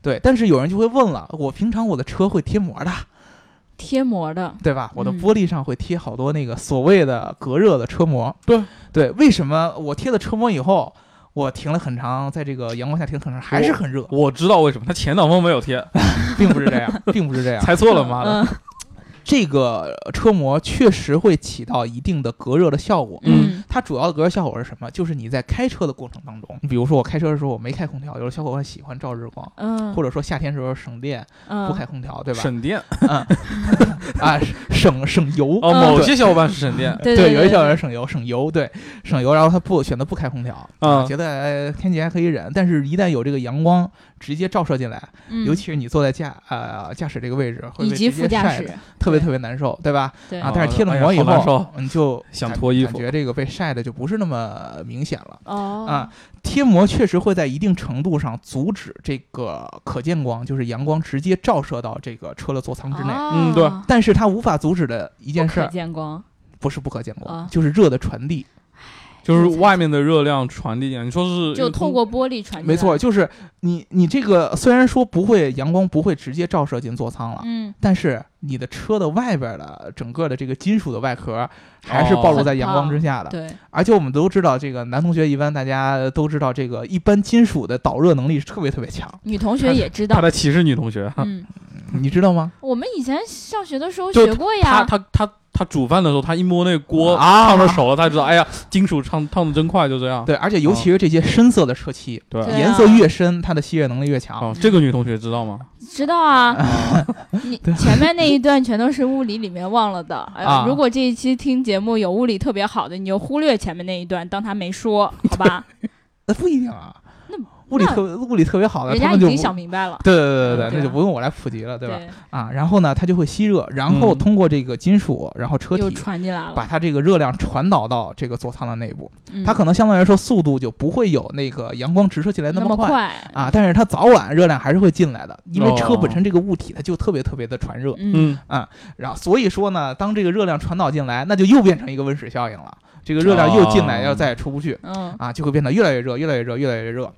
Speaker 2: 对，但是有人就会问了，我平常我的车会贴膜的，
Speaker 1: 贴膜的，
Speaker 2: 对吧？我的
Speaker 1: 嗯
Speaker 2: 玻璃上会贴好多那个所谓的隔热的车膜。
Speaker 3: 对
Speaker 2: 对，为什么我贴了车膜以后，我停了很长，在这个阳光下停了很长，还是很热？
Speaker 3: 我知道为什么他前挡风没有贴，
Speaker 2: 哎并不是这样，并不是这样。
Speaker 3: 猜错了，妈的。
Speaker 1: 嗯
Speaker 2: 这个车膜确实会起到一定的隔热的效果。
Speaker 1: 嗯
Speaker 2: 它主要的隔热效果是什么？就是你在开车的过程当中，你比如说我开车的时候我没开空调，有的小伙伴喜欢照日光，
Speaker 1: 嗯，
Speaker 2: 或者说夏天时候省电
Speaker 1: 嗯
Speaker 2: 不开空调，对吧？
Speaker 3: 省电
Speaker 2: [LAUGHS] 嗯啊，省省油
Speaker 3: 哦，
Speaker 1: 嗯
Speaker 3: 某些小伙伴是省电，
Speaker 1: 对
Speaker 2: 对
Speaker 1: 对，
Speaker 2: 有一些
Speaker 1: 对
Speaker 2: 人省油，省油，对，省油，然后他不选择不开空调，
Speaker 3: 啊
Speaker 2: 觉得、呃、天气还可以忍，但是一旦有这个阳光直接照射进来，
Speaker 1: 嗯
Speaker 2: 尤其是你坐在驾呃驾驶这个位置，会
Speaker 1: 以
Speaker 2: 被
Speaker 1: 及
Speaker 2: 直
Speaker 1: 副
Speaker 2: 接
Speaker 1: 驾
Speaker 2: 晒
Speaker 1: 驶
Speaker 2: 得，特别
Speaker 1: 对
Speaker 2: 特别难受，对吧？
Speaker 1: 对
Speaker 2: 啊
Speaker 3: 哦，
Speaker 2: 但是贴了
Speaker 3: 哎呀
Speaker 2: 膜以
Speaker 3: 好难
Speaker 2: 后
Speaker 3: 受，
Speaker 2: 你就
Speaker 3: [LAUGHS] 想
Speaker 2: 感
Speaker 3: 脱衣服
Speaker 2: 感觉这个被晒的就不是那么明显了。
Speaker 1: 哦
Speaker 2: 啊，贴膜确实会在一定程度上阻止这个可见光，就是阳光直接照射到这个车的座舱之内，
Speaker 3: 嗯对
Speaker 1: 哦
Speaker 2: 但是它无法阻止的一件
Speaker 1: 不
Speaker 2: 事
Speaker 1: 可
Speaker 2: 儿
Speaker 1: 见光，
Speaker 2: 不是不可见光，
Speaker 1: 啊
Speaker 2: 就是热的传递。
Speaker 3: 就是外面的热量传递进来。你说是
Speaker 1: 就透过玻璃传进来，
Speaker 2: 嗯没错，就是你你这个虽然说不会阳光不会直接照射进座舱了，
Speaker 1: 嗯，
Speaker 2: 但是你的车的外边的整个的这个金属的外壳还
Speaker 3: 哦
Speaker 2: 是暴露在阳光之下的。
Speaker 1: 对，
Speaker 2: 而且我们都知道，这个男同学一般大家都知道，这个一般金属的导热能力是特别特别强，
Speaker 1: 女同学也知
Speaker 3: 他
Speaker 1: 道，
Speaker 3: 在歧视女同学，
Speaker 1: 嗯，
Speaker 2: 你知道吗？
Speaker 1: 我们以前上学的时候
Speaker 3: 就
Speaker 1: 学过
Speaker 3: 他
Speaker 1: 呀，
Speaker 3: 他他他煮饭的时候，他一摸那个锅
Speaker 2: 啊
Speaker 3: 烫着手了，他知道，哎呀，金属烫烫的真快，就这样。
Speaker 2: 对，而且尤其是这些深色的车漆，
Speaker 3: 对
Speaker 1: 对啊
Speaker 2: 颜色越深，它的吸热能力越强。
Speaker 3: 哦，这个女同学知道
Speaker 2: [LAUGHS]
Speaker 3: 吗？哦
Speaker 1: 知道啊，你前面那一段全都是物理里面忘了的。哎
Speaker 2: 啊
Speaker 1: 如果这一期听节目有物理特
Speaker 2: [LAUGHS]
Speaker 1: 别好的，你就忽略前面那一段，当他没说，好吧？
Speaker 2: 那不一定啊，物理特物理特别好的，
Speaker 1: 人
Speaker 2: 他
Speaker 1: 家
Speaker 2: 们
Speaker 1: 已
Speaker 2: 就
Speaker 1: 经
Speaker 2: 不
Speaker 1: 想明白了，
Speaker 2: 对对对
Speaker 1: 嗯
Speaker 2: 对，
Speaker 1: 对
Speaker 2: 那就
Speaker 1: 吧
Speaker 2: 不用我来普及了，对吧？
Speaker 1: 对
Speaker 2: 啊，然后呢，它就会吸热，然后
Speaker 3: 嗯
Speaker 2: 通过这个金属，然后车
Speaker 1: 又
Speaker 2: 体
Speaker 1: 传进来
Speaker 2: 把
Speaker 1: 了。
Speaker 2: 它这个热量传导到这个座舱的内部。
Speaker 1: 嗯
Speaker 2: 它可能相对来说速度就不会有那个阳光直射进来
Speaker 1: 那
Speaker 2: 么
Speaker 1: 快
Speaker 2: 啊，，但是它早晚热量还是会进来的，因为车
Speaker 3: 哦
Speaker 2: 本身这个物体它就特别特别的传热，
Speaker 1: 嗯 [LAUGHS]
Speaker 3: 嗯，
Speaker 2: 然后所以说呢，当这个热量传导进来，那就又变成一个温室效应了，这个热量又进来，
Speaker 3: 哦
Speaker 2: 要再也出不去
Speaker 1: 嗯
Speaker 2: 啊，就会变得越来越热，越来越热，越来越热。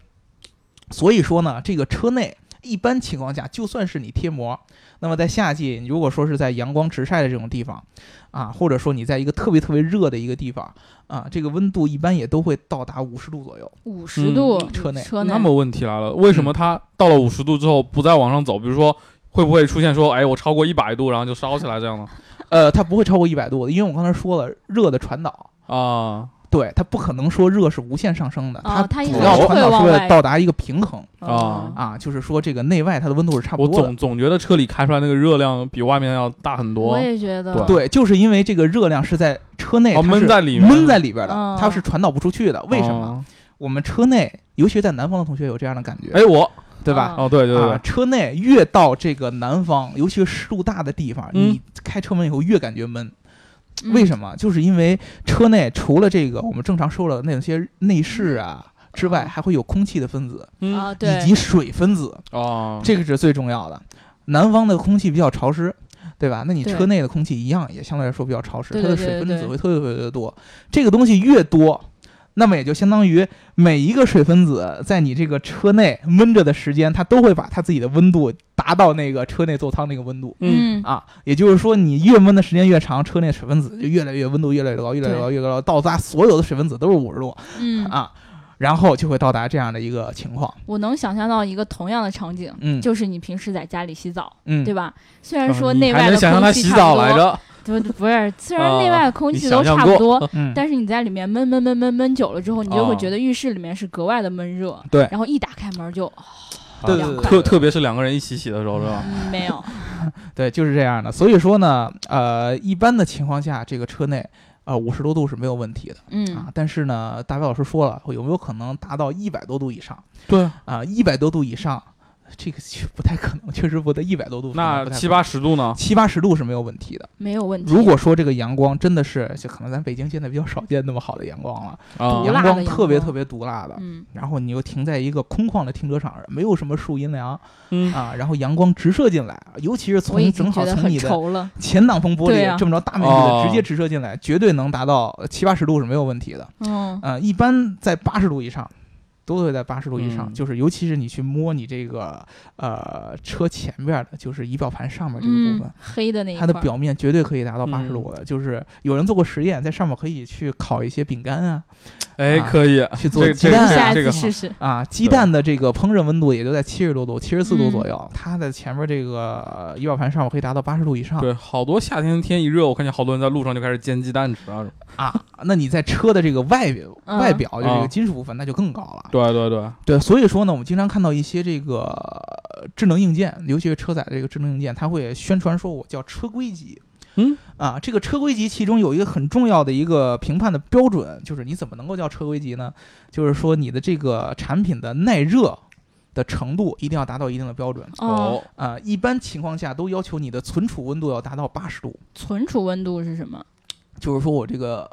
Speaker 2: 所以说呢，这个车内一般情况下，就算是你贴膜，那么在夏季，你如果说是在阳光直晒的这种地方，啊，或者说你在一个特别特别热的一个地方，啊，这个温度一般也都会到达五十度左右。
Speaker 1: 五十度
Speaker 2: 嗯车内
Speaker 1: 车内
Speaker 3: 那么问题来了，为什
Speaker 2: 嗯
Speaker 3: 么它到了五十度之后不再往上走？比如说，会不会出现说，哎，我超过一百度，然后就烧起来这样呢？
Speaker 2: 呃，它不会超过一百度的，因为我刚才说了，热的传导，
Speaker 3: 啊
Speaker 2: 对，它不可能说热是无限上升的，
Speaker 1: 哦它
Speaker 2: 它
Speaker 1: 应
Speaker 2: 主
Speaker 3: 该
Speaker 2: 要
Speaker 3: 是
Speaker 2: 传
Speaker 1: 会
Speaker 2: 导
Speaker 1: 往
Speaker 2: 是为
Speaker 1: 外嗯
Speaker 2: 了到达一个平衡
Speaker 3: 啊
Speaker 2: 啊，就是说这个内外它的温度是差啊不
Speaker 3: 我
Speaker 2: 多的
Speaker 3: 总。总觉得车里开出来那个热量比外面要大很多
Speaker 1: 我。也觉得，
Speaker 3: 对
Speaker 2: 对，就是因为这个热量是在车内，
Speaker 3: 哦
Speaker 2: 它
Speaker 3: 闷
Speaker 2: 是
Speaker 3: 在里面
Speaker 2: 闷在里边的
Speaker 1: 嗯，
Speaker 2: 它是传导不出去的。为什么？
Speaker 3: 啊？
Speaker 2: 我们车内，尤其在南方的同学有这样的感觉，
Speaker 3: 哎，我
Speaker 2: 对吧？
Speaker 3: 哦，对对
Speaker 2: 啊，
Speaker 3: 对，
Speaker 2: 车内越到这个南方，尤其是湿度大的地方，
Speaker 3: 嗯
Speaker 2: 你开车门以后越感觉闷。
Speaker 1: 嗯
Speaker 2: 为什么？就是因为车内除了这个我们正常说的那些内饰啊之外，还会有空气的分子
Speaker 3: 嗯
Speaker 1: 啊？嗯对嗯
Speaker 2: 以，及水分子，
Speaker 3: 哦，
Speaker 2: 这个是最重要的。南方的空气比较潮湿，对吧？那你
Speaker 1: 对
Speaker 2: 车内的空气一样也相对来说比较潮湿，
Speaker 1: 对
Speaker 2: 它的
Speaker 1: 对
Speaker 2: 水
Speaker 1: 对
Speaker 2: 分子
Speaker 1: 对
Speaker 2: 会特别特别的多。这个东西越多，那么也就相当于每一个水分子在你这个车内闷着的时间，它都会把它自己的温度达到那个车内座舱那个温度。
Speaker 3: 嗯，
Speaker 1: 嗯
Speaker 2: 啊，也就是说，你越闷的时间越长，车内水分子就越来越温度越来越高，越来越高，越来越高，到达所有的水分子都是五十度
Speaker 1: 嗯，
Speaker 2: 啊，然后就会到达这样的一个情况。
Speaker 1: 我能想象到一个同样的场景，
Speaker 2: 嗯，
Speaker 1: 就是你平时在家里洗澡，
Speaker 2: 嗯，
Speaker 1: 对吧？虽然说
Speaker 3: 啊你
Speaker 1: 内
Speaker 3: 还
Speaker 1: 外的
Speaker 3: 能想象他
Speaker 1: 空气
Speaker 3: 洗
Speaker 1: 差
Speaker 3: 澡
Speaker 1: 不
Speaker 3: 来
Speaker 1: 多，
Speaker 3: 着，
Speaker 1: 对，不是，虽然
Speaker 2: 哦
Speaker 3: 啊
Speaker 1: 内外的空
Speaker 3: 你
Speaker 1: 气
Speaker 3: 想
Speaker 1: 都
Speaker 3: 象
Speaker 1: 差不
Speaker 3: 过
Speaker 1: 多，
Speaker 2: 嗯，哦
Speaker 1: 但是你在里面闷闷闷闷闷久了之后，你就
Speaker 3: 啊
Speaker 1: 会觉得浴室里面是格外的闷热。
Speaker 2: 对
Speaker 1: 然后一打开门就
Speaker 2: 对
Speaker 1: 对对
Speaker 3: 特特别是两个人一起洗的时候，是吧？
Speaker 1: 嗯没有，
Speaker 2: 啊对，就是这样的。所以说呢，呃，一般的情况下，这个车内。呃，五十多度是没有问题的啊
Speaker 1: 嗯，，
Speaker 2: 但是呢，大白老师说了，有没有可能达到一百多度以上
Speaker 3: 对，
Speaker 2: 啊？一百多度以上，这个其实不太可能，确实不太一百多度可能
Speaker 3: 那
Speaker 2: 不太可能，
Speaker 3: 七八十度呢？
Speaker 2: 七八十度是没有问题的。
Speaker 1: 没有问题。
Speaker 2: 如果说这个阳光真的是，就可能咱北京现在比较少见那么好的阳光了，
Speaker 3: 啊
Speaker 1: 嗯毒辣的阳
Speaker 2: 光特别
Speaker 1: 光
Speaker 2: 特别毒辣的。
Speaker 1: 嗯
Speaker 2: 然后你又停在一个空旷的停车场上，没有什么树荫凉
Speaker 3: 嗯
Speaker 2: 啊，然后阳光直射进来，尤其是
Speaker 1: 我已
Speaker 2: 从
Speaker 1: 经
Speaker 2: 正
Speaker 1: 觉
Speaker 2: 好
Speaker 1: 得
Speaker 2: 从
Speaker 1: 很
Speaker 2: 你的
Speaker 1: 愁了。
Speaker 2: 前挡风玻
Speaker 1: 对
Speaker 2: 璃
Speaker 1: 啊
Speaker 2: 这么着大面积的
Speaker 3: 哦
Speaker 2: 直接直射进来，绝对能达到七八十度是没有问题的。
Speaker 1: 嗯
Speaker 2: 呃，一般在八十度以上，都会在八十度以上，
Speaker 3: 嗯
Speaker 2: 就是尤其是你去摸你这个呃车前面的，就是仪表盘上面这个部分
Speaker 1: 嗯，，黑的那一
Speaker 2: 它
Speaker 1: 块
Speaker 2: 的
Speaker 1: 儿，
Speaker 2: 表面绝对可以达到
Speaker 3: 嗯
Speaker 2: 八十度的，就是有人做过实验，在上面可以去烤一些饼干啊，
Speaker 3: 哎，
Speaker 2: 啊
Speaker 3: 可以，
Speaker 2: 去做
Speaker 3: 这
Speaker 2: 鸡
Speaker 3: 这个
Speaker 1: 下
Speaker 2: 蛋
Speaker 1: 一
Speaker 3: 这
Speaker 1: 次
Speaker 3: 个
Speaker 1: 试试。
Speaker 2: 啊，鸡蛋的这个烹饪温度也就在七十多度、七十四度
Speaker 1: 嗯
Speaker 2: 左右，它的前面这个呃仪表盘上面可以达到八十度以上
Speaker 3: 对，好多夏天天一热，我看见好多人在路上就开始煎鸡蛋吃啊。
Speaker 2: 啊。那你在车的这个外表
Speaker 1: 嗯
Speaker 2: 外表就是这
Speaker 3: 啊
Speaker 2: 个金属部分，那就更高了。
Speaker 3: 对对对，
Speaker 2: 对，所以说呢，我们经常看到一些这个呃智能硬件，尤其是车载这个智能硬件，它会宣传说我叫车规级。
Speaker 3: 嗯，
Speaker 2: 啊，这个车规级其中有一个很重要的一个评判的标准，就是你怎么能够叫车规级呢？就是说你的这个产品的耐热的程度一定要达到一定的标准
Speaker 1: 哦，，
Speaker 2: 啊。一般情况下都要求你的存储温度要达到八十度，
Speaker 1: 存储温度是什么？
Speaker 2: 就是说我这个。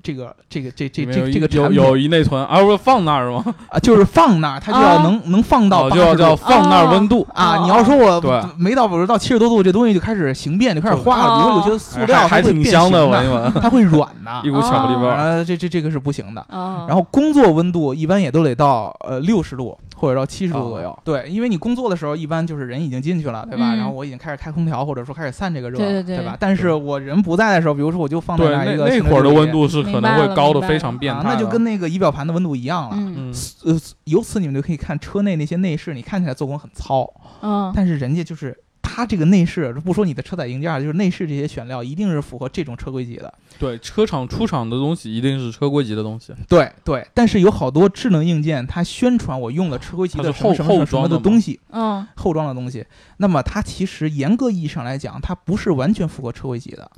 Speaker 2: 这个这个这这
Speaker 3: 里面
Speaker 2: 这
Speaker 3: 有
Speaker 2: 这个
Speaker 3: 一有
Speaker 2: 产品
Speaker 3: 有一内存，啊，不是放那儿吗？
Speaker 2: 啊，就是放那儿，它就要
Speaker 1: 啊
Speaker 2: 能、能放到
Speaker 3: 哦
Speaker 2: 八
Speaker 3: 就
Speaker 2: 十
Speaker 3: 要
Speaker 2: 度
Speaker 3: 叫放那儿温度，
Speaker 2: 啊，
Speaker 1: 哦
Speaker 2: 你要说
Speaker 3: 对
Speaker 2: 我没到比如到七十多度，这东西就开始形变，就开始化了。比如
Speaker 1: 哦
Speaker 2: 有些塑
Speaker 3: 哎
Speaker 2: 料
Speaker 3: 还还
Speaker 2: 它会
Speaker 3: 挺
Speaker 2: 变
Speaker 3: 香
Speaker 2: 形
Speaker 3: 的，
Speaker 2: 的，
Speaker 3: 我跟你说，
Speaker 2: 它会软的
Speaker 3: [LAUGHS] 一股巧克力味儿。
Speaker 2: 啊，这这这个是不行的。
Speaker 1: 哦，
Speaker 2: 然后工作温度一般也都得到呃六十度或者到七十度
Speaker 3: 哦
Speaker 2: 左右。对，因为你工作的时候一般就是人已经进去了，对吧？
Speaker 1: 嗯
Speaker 2: 然后我已经开始开空调，或者说开始散这个热了，
Speaker 1: 对对
Speaker 2: 对
Speaker 1: 对
Speaker 2: 吧？但是我人不在的时候，比如说我就放在
Speaker 3: 对，
Speaker 2: 那儿
Speaker 3: 那
Speaker 2: 一个
Speaker 3: 那
Speaker 2: 新
Speaker 3: 会儿的
Speaker 2: 柜
Speaker 3: 温
Speaker 2: 里
Speaker 3: 度是可
Speaker 1: 明
Speaker 3: 能
Speaker 1: 白
Speaker 3: 会
Speaker 1: 了
Speaker 3: 高
Speaker 1: 明
Speaker 3: 的
Speaker 1: 白
Speaker 3: 非
Speaker 1: 了
Speaker 3: 常变
Speaker 2: 啊，
Speaker 3: 态的，
Speaker 2: 那就跟那个仪表盘的温度一样了。
Speaker 1: 嗯
Speaker 3: 嗯
Speaker 2: 呃，由此你们就可以看车内那些内饰，你看起来做工很糙，
Speaker 1: 嗯，
Speaker 2: 但是人家就是它这个内饰，不说你的车载硬件，就是内饰这些选料一定是符合这种车规级的。
Speaker 3: 对车厂出厂的东西一定是车规级的东西，
Speaker 2: 对对，但是有好多智能硬件，它宣传我用了车规级的
Speaker 3: 它是
Speaker 2: 什么什么
Speaker 3: 后
Speaker 2: 什么什
Speaker 3: 后
Speaker 2: 么
Speaker 3: 装的
Speaker 2: 的
Speaker 3: 吗
Speaker 2: 东西，
Speaker 1: 嗯
Speaker 2: 后装的东西。那么它其实严格意义上来讲，它不是完全符合车规级的。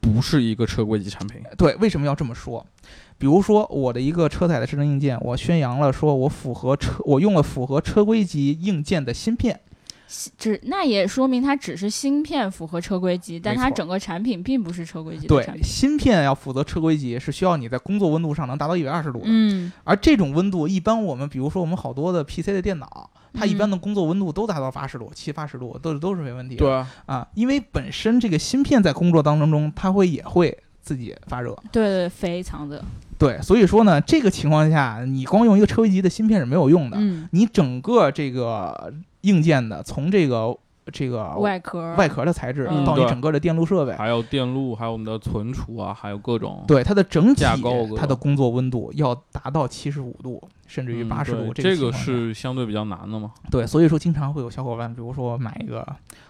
Speaker 3: 不是一个车规级产品。
Speaker 2: 对，为什么要这么说？比如说我的一个车载的智能硬件，我宣扬了说我符合车，我用了符合车规级硬件的芯片。
Speaker 1: 只那也说明它只是芯片符合车规级，但它整个产品并不是车规级的
Speaker 2: 对
Speaker 1: 产，品。
Speaker 2: 芯片要符合车规级，是需要你在工作温度上能达到一百二十度的。
Speaker 1: 嗯，
Speaker 2: 而这种温度，一般我们比如说我们好多的 PC 的电脑，它一
Speaker 1: 嗯
Speaker 2: 般的工作温度都达到八十度、七八十度，都是都是没问题的。
Speaker 3: 对啊，
Speaker 2: 啊，因为本身这个芯片在工作当中中，它会也会自己发热。
Speaker 1: 对对，非常的，
Speaker 2: 对，所以说呢，这个情况下，你光用一个车规级的芯片是没有用的，
Speaker 1: 嗯，
Speaker 2: 你整个这个硬件的从这个这个
Speaker 1: 嗯外壳
Speaker 2: 外壳的材质
Speaker 1: 嗯
Speaker 2: 到你
Speaker 3: 对
Speaker 2: 整个的电路设备，
Speaker 3: 还有电路，还有我们的存储啊，还有各种。
Speaker 2: 对它的整体
Speaker 3: 架构各种
Speaker 2: 它的工作温度要达到七十五度，甚至于
Speaker 3: 嗯
Speaker 2: 八十度。
Speaker 3: 对
Speaker 2: 个
Speaker 3: 这
Speaker 2: 情
Speaker 3: 个
Speaker 2: 况下
Speaker 3: 是相对比较难的嘛？
Speaker 2: 对，所以说经常会有小伙伴，比如说买一个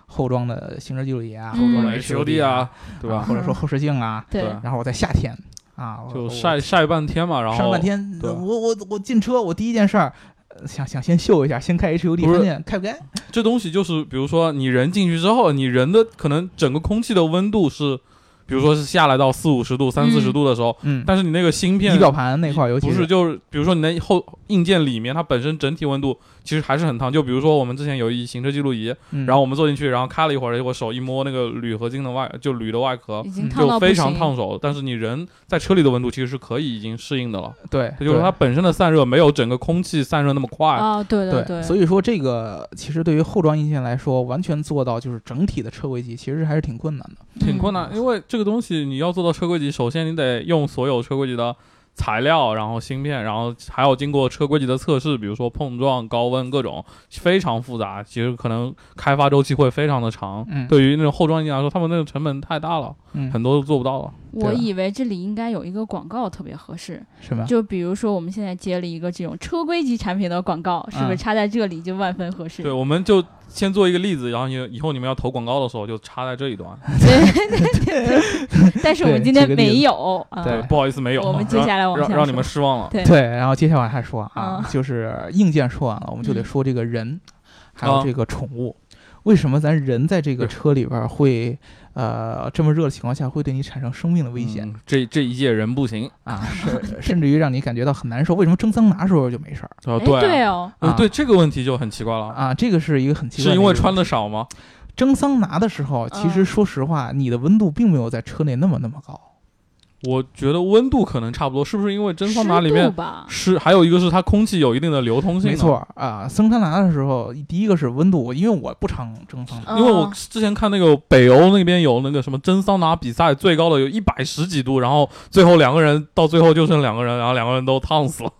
Speaker 2: 后装的行车记录仪啊，
Speaker 1: 嗯
Speaker 2: 后装的
Speaker 1: 买
Speaker 2: HUD
Speaker 3: 啊，，对吧？
Speaker 2: 或者说后视镜啊，
Speaker 1: 对
Speaker 3: 对
Speaker 2: 然后我在夏天啊，我
Speaker 3: 就
Speaker 2: 我
Speaker 3: 晒晒半天嘛，然后
Speaker 2: 上半天，
Speaker 3: 对
Speaker 2: 我我我进车，我第一件事儿呃想想先秀一下，先开 HUD，
Speaker 3: 不是
Speaker 2: 发现开不开，
Speaker 3: 这东西就是，比如说你人进去之后，你人的可能整个空气的温度是，比如说是下来到四五十度、三四十度的时候，
Speaker 2: 嗯，
Speaker 3: 但是你那个芯片
Speaker 2: 仪表盘那块儿尤其
Speaker 3: 不是，就是比如说你那后硬件里面它本身整体温度其实还是很烫。就比如说我们之前有一行车记录仪，
Speaker 2: 嗯
Speaker 3: 然后我们坐进去，然后开了一会儿，结果手一摸那个铝合金的外，就铝的外壳
Speaker 1: 已经
Speaker 2: 嗯
Speaker 1: 烫到不
Speaker 3: 就非常
Speaker 1: 行
Speaker 3: 烫手，但是你人在车里的温度其实是可以已经适应的了。
Speaker 2: 对，
Speaker 3: 也就是
Speaker 2: 对
Speaker 3: 它本身的散热没有整个空气散热那么快。
Speaker 1: 啊，对
Speaker 2: 对
Speaker 1: 对，
Speaker 2: 所以说这个其实对于后装硬件来说，完全做到就是整体的车规级，其实还是挺困难的。
Speaker 1: 嗯
Speaker 3: 挺困难，因为这个东西你要做到车规级，首先你得用所有车规级的材料，然后芯片，然后还要经过车规级的测试，比如说碰撞、高温各种，非常复杂。其实可能开发周期会非常的长。
Speaker 2: 嗯
Speaker 3: 对于那种后装硬件来说，他们那个成本太大了，
Speaker 2: 嗯，
Speaker 3: 很多都做不到了。
Speaker 1: 我
Speaker 2: 对吧
Speaker 1: 以为这里应该有一个广告特别合适，
Speaker 2: 是
Speaker 3: 啊
Speaker 2: 吧？
Speaker 1: 就比如说我们现在接了一个这种车规级产品的广告，是不是
Speaker 2: 嗯
Speaker 1: 插在这里就万分合适？[LAUGHS]
Speaker 3: 啊对，我们就先做一个例子，然后以以后你们要投广告的时候就插在这一段。
Speaker 1: 但是我们
Speaker 2: 对
Speaker 1: 今
Speaker 2: 这
Speaker 1: 天
Speaker 2: 个例
Speaker 1: 没
Speaker 2: 子
Speaker 1: 有啊，
Speaker 2: 对
Speaker 3: 不好意思，没有。
Speaker 1: 我们接下来往
Speaker 3: 让
Speaker 1: 下
Speaker 3: 让让你
Speaker 1: 说
Speaker 3: 们失望了。
Speaker 1: 对
Speaker 2: 对，然后接下来还说啊，
Speaker 1: 啊
Speaker 2: 就是硬件说完了，我们就得
Speaker 1: 嗯
Speaker 2: 说这个人，还
Speaker 3: 啊
Speaker 2: 有这个宠物。为什么咱人在这个
Speaker 3: 对
Speaker 2: 车里边儿会，呃，这么热的情况下会对你产生生命的危险、
Speaker 3: 嗯这这一届人不行
Speaker 2: 啊？是， [LAUGHS] 甚至于让你感觉到很难受。为什么蒸桑拿时候就没事儿
Speaker 3: 啊！
Speaker 1: 哎，
Speaker 3: 对
Speaker 1: 对
Speaker 3: 啊
Speaker 1: 哦，
Speaker 3: 呃
Speaker 2: 啊
Speaker 3: 对这个问题就很奇怪了，
Speaker 2: 啊？这个是一个很奇怪
Speaker 3: 是
Speaker 2: 的一
Speaker 3: 因
Speaker 2: 个
Speaker 3: 为
Speaker 2: 问题，
Speaker 3: 穿的少吗？
Speaker 2: 蒸桑拿的时候，其实
Speaker 1: 嗯
Speaker 2: 说实话，你的温度并没有在车内那么那么高。
Speaker 3: 我觉得温度可能差不多，是不是因为蒸桑拿里
Speaker 1: 湿
Speaker 3: 面
Speaker 1: 度吧，
Speaker 3: 湿，还有一个是它空气有一定的流通性？
Speaker 2: 没，错啊，蒸桑拿的时候，第一个是温度，因为我不常蒸桑拿，
Speaker 3: 因为我
Speaker 1: 嗯
Speaker 3: 之前看那个北欧那边有那个什么蒸桑拿比赛，最高的有一百十几度，然后最后两个人到最后就剩两个人，然后两个人都烫死了。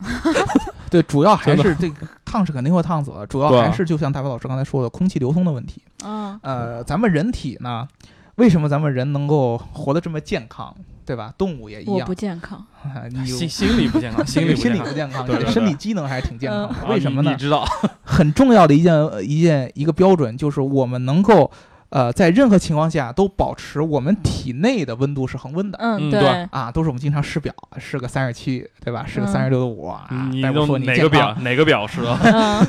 Speaker 2: 对，主要还
Speaker 3: 真的
Speaker 2: 是这个烫是肯定会烫死的，主要
Speaker 3: 对啊
Speaker 2: 还是就像大白老师刚才说的，空气流通的问题。
Speaker 1: 嗯
Speaker 2: 呃，咱们人体呢，为什么咱们人能够活得这么健康，对吧？动物也一
Speaker 1: 我
Speaker 2: 样
Speaker 1: 不，健康，
Speaker 2: 啊你
Speaker 3: 心心理不健康，心理不
Speaker 2: 心
Speaker 3: 健
Speaker 2: 理
Speaker 3: 康
Speaker 2: 不。健康，
Speaker 3: [LAUGHS] 对
Speaker 2: 你的
Speaker 3: 对
Speaker 2: 身体
Speaker 3: 对
Speaker 2: 机能还是挺健
Speaker 1: 嗯
Speaker 2: 康的。
Speaker 3: 啊
Speaker 2: 为什么
Speaker 3: 你
Speaker 2: 呢
Speaker 3: 你？知道，
Speaker 2: 很重要的一件呃一件一个标准就是我们能够，呃，在任何情况下都保持我们体内的温度是恒温的。
Speaker 1: [LAUGHS] 嗯
Speaker 3: 嗯对，
Speaker 2: 啊，都是我们经常试表，试个三十七，对吧？试个
Speaker 1: 嗯
Speaker 2: 三十六度五啊。
Speaker 3: 你
Speaker 2: 大夫说
Speaker 3: 用
Speaker 2: 你
Speaker 3: 哪
Speaker 2: 健
Speaker 3: 个
Speaker 2: 康
Speaker 3: 表？哪个表是吧？
Speaker 1: 嗯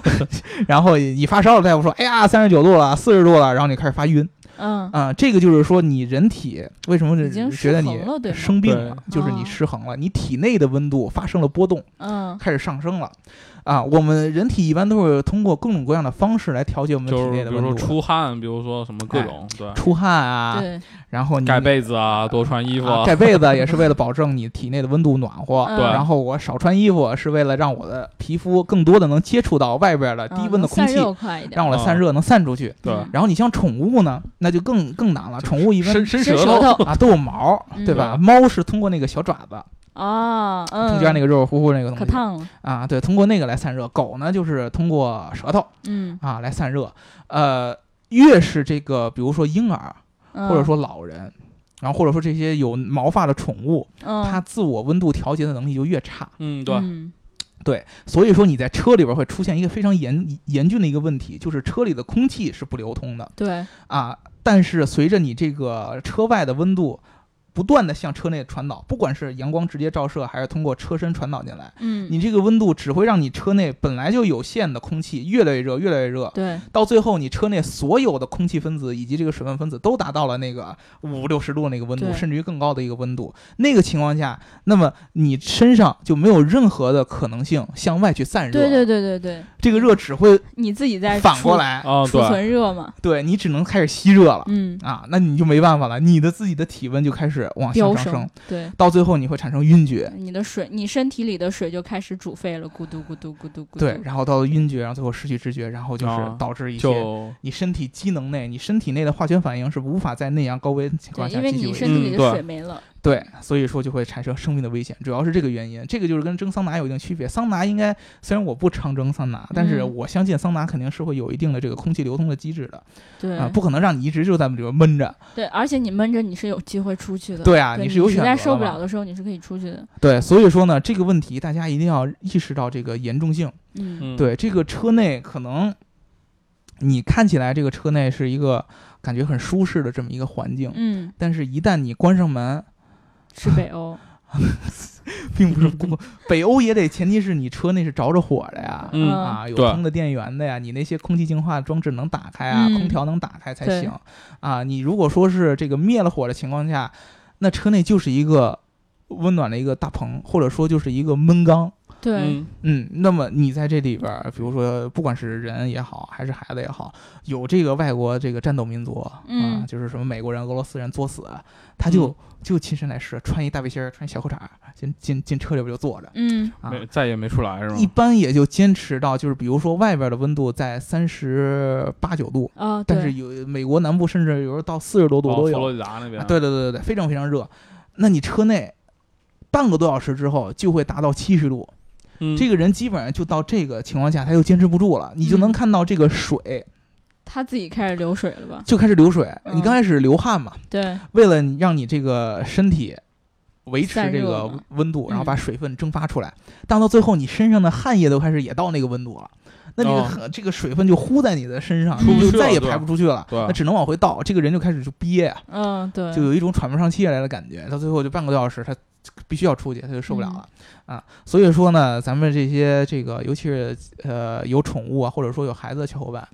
Speaker 2: 然后你发烧了，大夫说，哎呀，三十九度了，四十度了，然后你开始发晕
Speaker 1: 嗯，
Speaker 2: 啊、这个就是说你人体为什么
Speaker 1: 已经
Speaker 2: 觉得你
Speaker 1: 失衡了对吗
Speaker 2: 生病了，
Speaker 1: 对
Speaker 2: 就是你失衡了，你体内的温度发生了波动， [LAUGHS]
Speaker 1: 嗯
Speaker 2: 开始上升了。啊，我们人体一般都是通过各种各样的方式来调节我们体
Speaker 3: 就是
Speaker 2: 内
Speaker 3: 比
Speaker 2: 的
Speaker 3: 如
Speaker 2: 温
Speaker 3: 说
Speaker 2: 度，啊哎
Speaker 3: 出汗，比如说什么各种对，
Speaker 2: 出汗啊，
Speaker 1: 对，
Speaker 2: 然后你
Speaker 3: 盖被子啊，多穿衣服
Speaker 2: 啊，盖 [LAUGHS] 被子也是为了保证你体内的温度暖和。
Speaker 1: 嗯
Speaker 3: 对
Speaker 2: 然后我少穿衣服是为了让我的皮肤更多的能接触到外边的
Speaker 1: 嗯
Speaker 2: 低温的
Speaker 1: 能
Speaker 2: 空
Speaker 1: 散
Speaker 2: 气，
Speaker 1: 热快一点，
Speaker 2: 让我的散
Speaker 3: 嗯
Speaker 2: 热能散出去。
Speaker 3: 对
Speaker 1: 嗯
Speaker 2: 然后你像宠物呢，那就更更难了。宠物一般
Speaker 3: 伸伸
Speaker 1: 伸
Speaker 3: 舌
Speaker 1: 舌
Speaker 3: 头，
Speaker 1: 头
Speaker 2: 啊都有毛，对吧？
Speaker 3: 嗯
Speaker 2: 猫是通过那个小爪子， [LAUGHS]
Speaker 1: 啊，嗯，
Speaker 2: 中间那个热乎乎那个
Speaker 1: 可
Speaker 2: 东西
Speaker 1: 烫了，
Speaker 2: 啊，对，通过那个来散热。狗呢就是通过舌头
Speaker 1: 嗯，
Speaker 2: 啊来散热。呃，越是这个，比如说婴儿
Speaker 1: 或
Speaker 2: 或者说老人，然后或者说这些有毛发的宠物，它
Speaker 1: 它
Speaker 2: 自我温度调节的能力就越差。
Speaker 3: 嗯，对，
Speaker 2: 对，所以说你在车里边会出现一个非常严严峻的一个问题，就是车里的空气是不流通的
Speaker 1: 对，
Speaker 2: 啊。但是随着你这个车外的温度不断的向车内传导，不管是阳光直接照射，还是通过车身传导进来，
Speaker 1: 嗯，
Speaker 2: 你这个温度只会让你车内本来就有限的空气越来越热，越来越热，
Speaker 1: 对，
Speaker 2: 到最后你车内所有的空气分子以及这个水分分子都达到了那个五六十度的那个温度，
Speaker 1: 对
Speaker 2: 甚至于更高的一个温度。那个情况下，那么你身上就没有任何的可能性向外去散热，
Speaker 1: 对对对对对，
Speaker 2: 这个热只会
Speaker 1: 你自己在
Speaker 2: 反
Speaker 1: 储
Speaker 2: 过来，
Speaker 3: 啊，
Speaker 1: 储
Speaker 3: 对，
Speaker 1: 存热嘛，
Speaker 2: 对你只能开始吸热了。
Speaker 1: 嗯，
Speaker 2: 啊，那你就没办法了，你的自己的体温就开始往
Speaker 1: 飙
Speaker 2: 向上升
Speaker 1: 升，，对，
Speaker 2: 到最后你会产生晕厥，
Speaker 1: 你的水，你身体里的水就开始煮沸了，咕嘟咕嘟咕嘟咕嘟，
Speaker 2: 对，然后到晕厥，然后最后失去知觉，然后就是
Speaker 3: 啊
Speaker 2: 导致一些
Speaker 3: 就
Speaker 2: 你身体机能内，你身体内的化学反应是无法在那样高温情况
Speaker 1: 对，
Speaker 2: 下
Speaker 1: 因为
Speaker 2: 积极
Speaker 1: 你
Speaker 2: 维持
Speaker 1: 身体里
Speaker 3: 嗯对
Speaker 1: 的水没了，
Speaker 2: 对，所以说就会产生生命的危险，主要是这个原因。这个就是跟蒸桑拿有一定区别。桑拿应该虽然我不常蒸桑拿，但是
Speaker 1: 嗯
Speaker 2: 我相信桑拿肯定是会有一定的这个空气流通的机制的
Speaker 1: 对，
Speaker 2: 啊，不可能让你一直就在里边闷着。
Speaker 1: 对，而且你闷着你是有机会出去的，
Speaker 2: 对啊，
Speaker 1: 你
Speaker 2: 是有选
Speaker 1: 实
Speaker 2: 择
Speaker 1: 在受不
Speaker 2: 的
Speaker 1: 了
Speaker 2: 嘛。
Speaker 1: 的时候，你是可以出去的，
Speaker 2: 对，所以说呢，这个问题大家一定要意识到这个严重性。
Speaker 1: 嗯，
Speaker 3: 嗯，
Speaker 2: 对，这个车内可能你看起来这个车内是一个感觉很舒适的这么一个环境，
Speaker 1: 嗯，
Speaker 2: 但是一旦你关上门，
Speaker 1: 是北欧，
Speaker 2: 并不是 [LAUGHS] 过北欧也得前提是你车内是着着火的呀。
Speaker 3: [LAUGHS] 嗯
Speaker 2: 啊，有
Speaker 3: 对
Speaker 2: 通的电源的呀，你那些空气净化装置能打开啊，
Speaker 1: 嗯
Speaker 2: 空调能打开才
Speaker 1: 对
Speaker 2: 行啊。你如果说是这个灭了火的情况下，那车内就是一个温暖的一个大棚，或者说就是一个闷缸。
Speaker 1: 对，
Speaker 3: 嗯，
Speaker 2: 嗯，那么你在这里边儿，比如说不管是人也好，还是孩子也好，有这个外国这个战斗民族啊、
Speaker 1: 嗯
Speaker 2: 就是什么美国人、俄罗斯人作死，他就、
Speaker 3: 嗯
Speaker 2: 就亲身来试，穿一大背心儿，穿一小裤衩儿，进进进车里边就坐着
Speaker 1: 嗯，
Speaker 2: 啊。
Speaker 3: 没再也没出来是
Speaker 2: 一
Speaker 3: 吗？
Speaker 2: 般也就坚持到，就是比如说外边的温度在三十八九度，
Speaker 1: 啊，
Speaker 2: 但是
Speaker 1: 对
Speaker 2: 有美国南部甚至有时候到四十多度
Speaker 3: 哦
Speaker 2: 都
Speaker 3: 佛
Speaker 2: 有。
Speaker 3: 罗里达那边
Speaker 2: 啊，对对对对对，非常非常热。那你车内半个多小时之后就会达到七十度，
Speaker 3: 嗯
Speaker 2: 这个人基本上就到这个情况下，他就坚持不住了，你就能
Speaker 1: 嗯
Speaker 2: 看到这个水
Speaker 1: 他自己开始流水了吧？
Speaker 2: 就开始流水。
Speaker 1: 嗯
Speaker 2: 你刚开始流汗嘛，
Speaker 1: 对，
Speaker 2: 为了你让你这个身体维持
Speaker 1: 散
Speaker 2: 这
Speaker 1: 热
Speaker 2: 个
Speaker 1: 嘛
Speaker 2: 温度，
Speaker 1: 嗯
Speaker 2: 然后把水分蒸发出来，但到最后你身上的汗液都开始也到那个温度了。那这个、
Speaker 3: 哦
Speaker 2: 很这个水分就呼在你的身上，
Speaker 1: 出不
Speaker 2: 你就
Speaker 3: 去
Speaker 2: 再
Speaker 3: 了
Speaker 2: 也
Speaker 3: 对
Speaker 2: 排不出去了，
Speaker 3: 对
Speaker 2: 那只能往回倒。这个人就开始就憋啊，
Speaker 1: 嗯，对，
Speaker 2: 就有一种喘不上气来的感觉。到最后就半个多小时，他必须要出去，他就
Speaker 1: 嗯
Speaker 2: 受不了了、啊。所以说呢，咱们这些这个，尤其是呃有宠物啊，或者说有孩子的小伙伴，